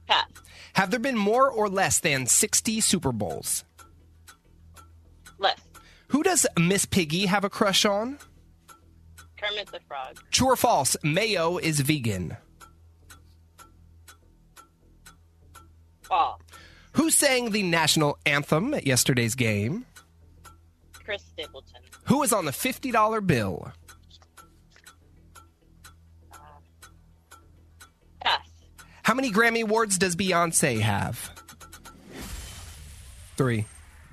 [SPEAKER 22] Pass.
[SPEAKER 5] Have there been more or less than 60 Super Bowls?
[SPEAKER 22] Less.
[SPEAKER 5] Who does Miss Piggy have a crush on?
[SPEAKER 22] Kermit the Frog,
[SPEAKER 5] True or false, mayo is vegan.
[SPEAKER 22] Paul,
[SPEAKER 5] Who sang the national anthem at yesterday's game?
[SPEAKER 22] Chris Stapleton,
[SPEAKER 5] Who is on the $50 bill?
[SPEAKER 22] Pass.
[SPEAKER 5] How many Grammy Awards does Beyonce have? Three,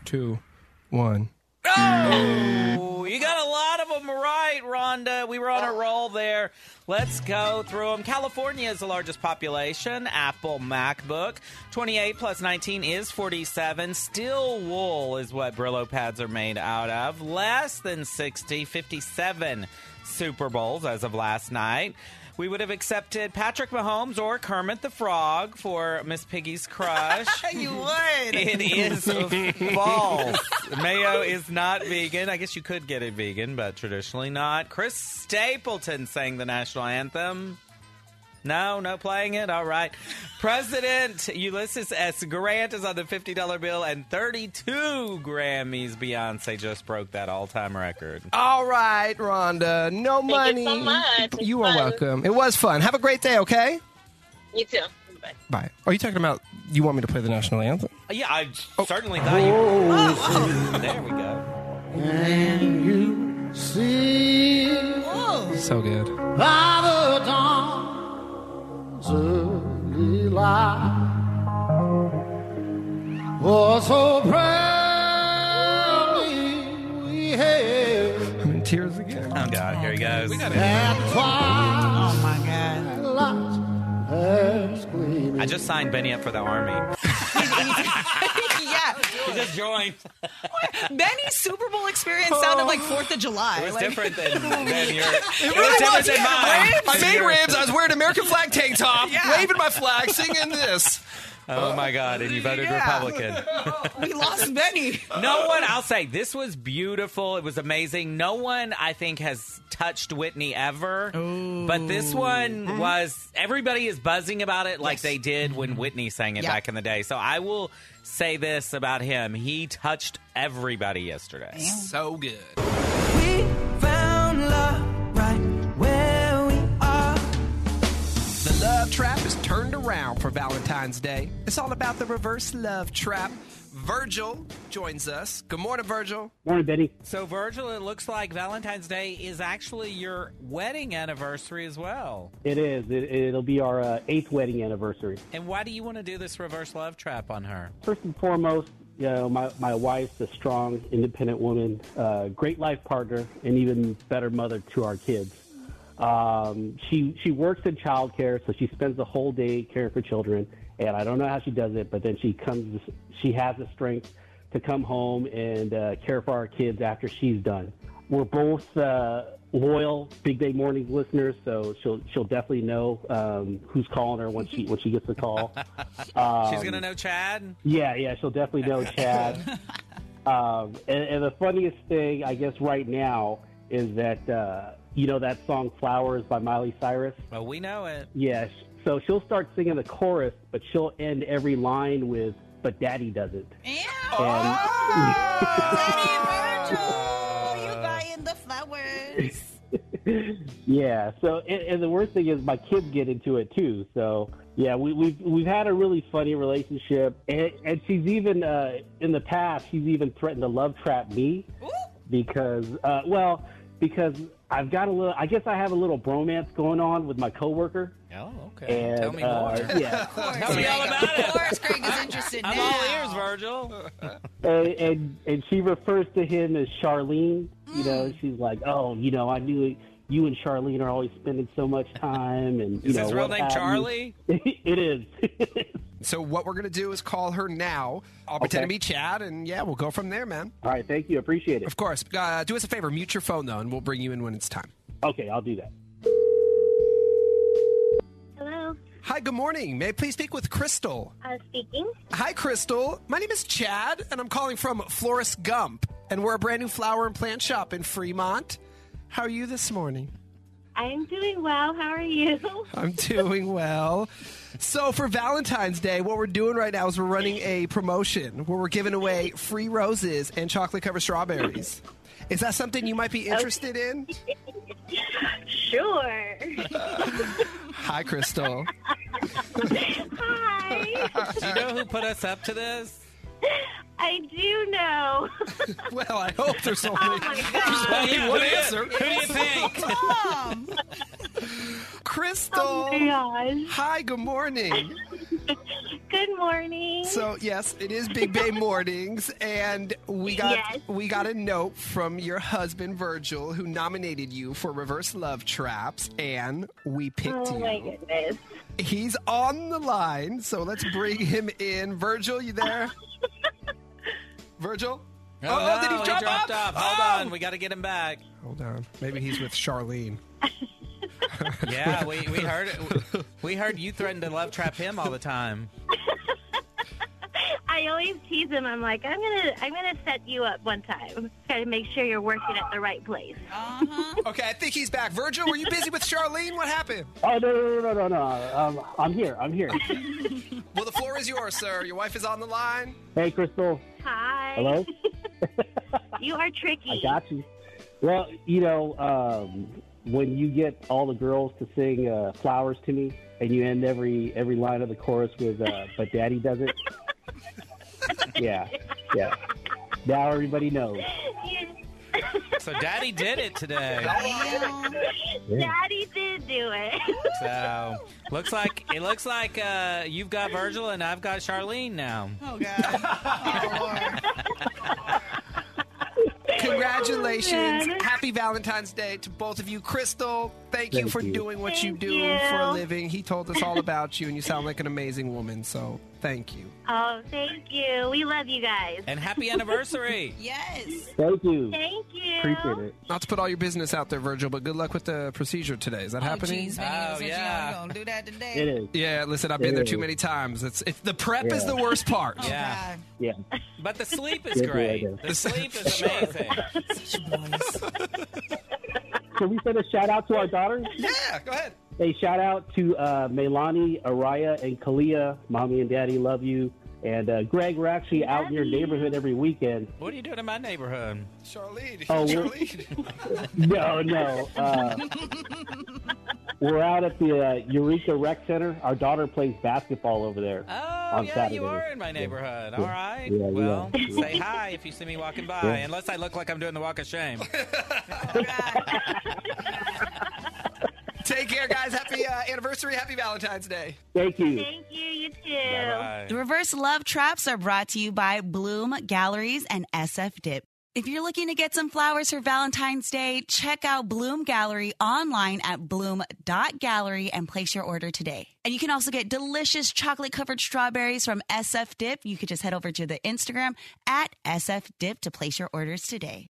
[SPEAKER 5] two, one.
[SPEAKER 10] Oh, you got a lot of them right, Rhonda. We were on a roll there. Let's go through them. California is the largest population. Apple MacBook. 28 plus 19 is 47. Still wool is what Brillo pads are made out of. Less than 60, 57 Super Bowls as of last night. We would have accepted Patrick Mahomes or Kermit the Frog for Miss Piggy's crush.
[SPEAKER 6] *laughs* you would.
[SPEAKER 10] It is false. Mayo is not vegan. I guess you could get it vegan, but traditionally not. Chris Stapleton sang the national anthem. No, no playing it. All right. President Ulysses S. Grant is on the $50 bill and 32 Grammys. Beyonce just broke that all time record.
[SPEAKER 5] All right, Rhonda. No
[SPEAKER 10] Thank
[SPEAKER 5] money.
[SPEAKER 10] you so much. It's
[SPEAKER 5] You are
[SPEAKER 10] fun.
[SPEAKER 5] welcome. It was fun. Have a great day, okay?
[SPEAKER 22] You too. Bye.
[SPEAKER 5] Bye. Are you talking about you want me to play the national anthem?
[SPEAKER 10] Yeah, I certainly thought you.
[SPEAKER 5] Whoa.
[SPEAKER 10] *laughs* There we go.
[SPEAKER 23] And you see
[SPEAKER 5] So good.
[SPEAKER 23] by the dawn's early light was so proudly we hailed
[SPEAKER 5] I'm in tears again.
[SPEAKER 10] Oh, God. Here he goes.
[SPEAKER 23] that twice
[SPEAKER 6] oh my god
[SPEAKER 10] I just signed Benny up for the army.
[SPEAKER 6] yeah
[SPEAKER 10] He just joined.
[SPEAKER 6] benny's super bowl experience sounded like fourth of july
[SPEAKER 10] It was
[SPEAKER 6] Like-
[SPEAKER 10] different *laughs* than, than your.
[SPEAKER 5] It
[SPEAKER 10] was
[SPEAKER 5] really
[SPEAKER 10] different
[SPEAKER 5] was.
[SPEAKER 10] than
[SPEAKER 5] Yeah,
[SPEAKER 10] mine.
[SPEAKER 5] ribs. I made
[SPEAKER 10] Your-
[SPEAKER 5] ribs. I was wearing an American flag tank *laughs* top, waving my flag, singing this.
[SPEAKER 10] Oh my God! And you voted
[SPEAKER 5] Yeah.
[SPEAKER 10] *laughs* Republican.
[SPEAKER 6] *laughs* we
[SPEAKER 10] *laughs*
[SPEAKER 6] lost benny
[SPEAKER 10] No one. I'll say this was beautiful. It was amazing. No one, I think, has touched Whitney ever. But this one was. Everybody is buzzing about it like they did when Whitney sang it
[SPEAKER 6] Yeah.
[SPEAKER 10] back in the day. So I will say this about him: he touched everybody yesterday.
[SPEAKER 5] So good.
[SPEAKER 24] We found love right where we are.
[SPEAKER 5] The love trap is turned around for Valentine's Day. It's all about the reverse love trap. Virgil joins us. Good morning, Virgil.
[SPEAKER 14] Morning, Betty.
[SPEAKER 10] So, Virgil, it looks like Valentine's Day is actually your wedding anniversary as well.
[SPEAKER 14] It is. It, it'll be our uh, eighth wedding anniversary.
[SPEAKER 10] And why do you want to do this reverse love trap on her?
[SPEAKER 14] First and foremost, you know, my, my wife's a strong, independent woman, uh, great life partner, and even better mother to our kids. Um, she she works in childcare, so she spends the whole day caring for children. And I don't know how she does it, but then she comes. She has the strength to come home and uh, care for our kids after she's done. We're both uh, loyal Big Day Mornings listeners, so she'll she'll definitely know um, who's calling her when she when she gets the call. Um,
[SPEAKER 10] She's going to know Chad?
[SPEAKER 14] yeah, yeah, she'll definitely
[SPEAKER 10] *laughs*
[SPEAKER 14] know Chad. um, and, and the funniest thing, I guess, right now is that uh, you know that song "Flowers" by Miley Cyrus.
[SPEAKER 10] Well, we know it.
[SPEAKER 14] Yeah, sh- so she'll start singing the chorus, but she'll end every line with "But Daddy doesn't." And
[SPEAKER 10] Oh,
[SPEAKER 6] *laughs* Daddy Virgil, you buying the flowers
[SPEAKER 14] yeah. So, and, and the worst thing is my kids get into it too. So, yeah, we, we've we've had a really funny relationship, and, and she's even uh, in the past she's even threatened to love trap me because, uh, well, because I've got a little. I guess I have a little bromance going on with my coworker.
[SPEAKER 10] Oh,
[SPEAKER 14] okay. And, Tell me Uh, yeah.
[SPEAKER 10] Tell me all about it. Of course, Greg
[SPEAKER 6] is interested
[SPEAKER 10] I'm all ears, Virgil.
[SPEAKER 14] and, and and she refers to him as Charlene. You know,
[SPEAKER 4] Mm.
[SPEAKER 14] she's like, oh, you know, I knew you and Charlene are always spending so much time, and you
[SPEAKER 5] Is
[SPEAKER 14] know,
[SPEAKER 5] his real
[SPEAKER 14] what
[SPEAKER 5] name
[SPEAKER 14] have you." *laughs*
[SPEAKER 5] Charlie?
[SPEAKER 14] it is.
[SPEAKER 5] *laughs* So what we're gonna do is call her now. I'll pretend to
[SPEAKER 14] Okay.
[SPEAKER 5] be Chad, and yeah, we'll go from there, man.
[SPEAKER 14] All right, thank you, appreciate it.
[SPEAKER 5] Of course. Uh, do us a favor, mute your phone though, and we'll bring you in when it's time.
[SPEAKER 14] Okay, I'll do that.
[SPEAKER 1] Hello,
[SPEAKER 5] Hi, good morning. May I please speak with Crystal?
[SPEAKER 1] uh, speaking.
[SPEAKER 5] Hi, Crystal. My name is Chad, and I'm calling from Florist Gump, and we're a brand new flower and plant shop in Fremont. How are you this morning?
[SPEAKER 1] I'm doing well. How are you? *laughs*
[SPEAKER 5] I'm doing well. So, for Valentine's Day, what we're doing right now is we're running a promotion where we're giving away free roses and chocolate covered strawberries. Is that something you might be interested in?
[SPEAKER 1] *laughs* Sure.
[SPEAKER 5] *laughs* Hi, Crystal.
[SPEAKER 1] Hi.
[SPEAKER 10] Do you know who put us up to this?
[SPEAKER 1] I do know.
[SPEAKER 5] well, I hope
[SPEAKER 1] *laughs*
[SPEAKER 5] there's only, there's
[SPEAKER 10] Oh,
[SPEAKER 5] only
[SPEAKER 10] yeah,
[SPEAKER 5] one
[SPEAKER 10] who do you-
[SPEAKER 5] answer. Oh,
[SPEAKER 10] who do you
[SPEAKER 5] *laughs*
[SPEAKER 10] think?
[SPEAKER 5] Crystal.
[SPEAKER 1] Oh
[SPEAKER 5] Hi, good morning.
[SPEAKER 1] Good morning.
[SPEAKER 5] So yes, it is Big Bay Mornings, and
[SPEAKER 1] *laughs*
[SPEAKER 5] we got
[SPEAKER 1] Yes.
[SPEAKER 5] we got a note from your husband Virgil, who nominated you for Reverse Love Traps, and we picked
[SPEAKER 1] Oh
[SPEAKER 5] you.
[SPEAKER 1] my goodness.
[SPEAKER 5] He's on the line, so let's bring him in. Virgil,
[SPEAKER 1] *laughs*
[SPEAKER 5] you there? Virgil?
[SPEAKER 10] Oh,
[SPEAKER 5] oh, did he
[SPEAKER 10] no,
[SPEAKER 5] drop
[SPEAKER 10] dropped
[SPEAKER 5] off?
[SPEAKER 10] off? Hold
[SPEAKER 5] Oh!
[SPEAKER 10] on, we got to get him back.
[SPEAKER 5] Hold on, maybe he's with Charlene.
[SPEAKER 10] Yeah, we, we heard it. we heard you threatened to love trap him all the time.
[SPEAKER 1] I always tease him. I'm like, I'm gonna, I'm gonna set you up one time. Gotta make sure you're working at the right
[SPEAKER 14] *laughs*
[SPEAKER 1] place.
[SPEAKER 6] Uh-huh.
[SPEAKER 10] *laughs*
[SPEAKER 5] Okay, I think he's back. Virgil, were you busy with Charlene? What happened?
[SPEAKER 14] *laughs* Oh no no no no no! no. Um, I'm here. I'm here.
[SPEAKER 5] *laughs* Well, the floor is yours, sir. Your wife is on
[SPEAKER 14] *laughs*
[SPEAKER 5] the line.
[SPEAKER 14] hey, Crystal.
[SPEAKER 1] Hi.
[SPEAKER 14] Hello.
[SPEAKER 1] You are tricky.
[SPEAKER 14] I got you. Well, you know, um, when you get all the girls to sing uh, "Flowers" to me, and you end every every line of the chorus with uh, "But Daddy does it." yeah, yeah. Now everybody knows.
[SPEAKER 10] So Daddy did it today.
[SPEAKER 1] Daddy did do it. *laughs*
[SPEAKER 10] So looks like it looks like uh, you've got Virgil and I've got Charlene now.
[SPEAKER 6] Oh God.
[SPEAKER 5] Congratulations.
[SPEAKER 1] Oh, man.
[SPEAKER 5] Happy Valentine's Day to both of you. Crystal, thank, you
[SPEAKER 14] Thank
[SPEAKER 5] for
[SPEAKER 14] you.
[SPEAKER 5] doing what you
[SPEAKER 1] Thank
[SPEAKER 5] do
[SPEAKER 1] you.
[SPEAKER 5] for a living. He told us all about you, and you sound like an amazing woman. So thank you.
[SPEAKER 1] Oh, thank you. We love you guys.
[SPEAKER 10] And happy anniversary.
[SPEAKER 6] yes.
[SPEAKER 14] Thank you.
[SPEAKER 1] Thank you.
[SPEAKER 5] it. Not to put all your business out there, Virgil, but good luck with the procedure today. Is that happening?
[SPEAKER 6] Jeez, man,
[SPEAKER 10] Oh,
[SPEAKER 6] you
[SPEAKER 10] yeah.
[SPEAKER 6] gonna do that today.
[SPEAKER 14] It is.
[SPEAKER 5] Yeah, listen, I've been
[SPEAKER 14] It
[SPEAKER 5] there
[SPEAKER 14] is.
[SPEAKER 5] too many times. It's, it's the prep is
[SPEAKER 14] Yeah.
[SPEAKER 5] the worst part.
[SPEAKER 6] Oh,
[SPEAKER 10] yeah.
[SPEAKER 14] Yeah.
[SPEAKER 10] But the sleep is
[SPEAKER 14] Yeah, yeah,
[SPEAKER 10] great.
[SPEAKER 14] yeah.
[SPEAKER 10] The sleep is amazing. *laughs*
[SPEAKER 14] Can we send a shout out to our daughter?
[SPEAKER 5] Yeah, go ahead.
[SPEAKER 14] Hey, shout out to uh, Melani, Araya, and Kalia. Mommy and Daddy love you. And uh, Greg, we're actually out in your neighborhood every weekend.
[SPEAKER 10] What are you doing in my neighborhood?
[SPEAKER 5] Charlene.
[SPEAKER 14] Oh, well- No, no. Uh, we're out at the uh, Eureka Rec Center. Our daughter plays basketball over there oh, on
[SPEAKER 10] yeah,
[SPEAKER 14] Saturday.
[SPEAKER 10] you are in my neighborhood.
[SPEAKER 14] Yeah.
[SPEAKER 10] All right.
[SPEAKER 14] Yeah, you
[SPEAKER 10] well,
[SPEAKER 14] are.
[SPEAKER 10] say hi if you see me walking by,
[SPEAKER 14] Yeah.
[SPEAKER 10] unless I look like I'm doing the walk of shame.
[SPEAKER 5] Take care, guys. Happy uh, anniversary. Happy Valentine's Day.
[SPEAKER 14] Thank you.
[SPEAKER 1] Thank you. You too.
[SPEAKER 6] The reverse love traps are brought to you by Bloom Galleries and SF Dip. If you're looking to get some flowers for Valentine's Day, check out Bloom Gallery online at bloom.gallery and place your order today. And you can also get delicious chocolate covered strawberries from SF Dip. You could just head over to the Instagram at SF Dip to place your orders today.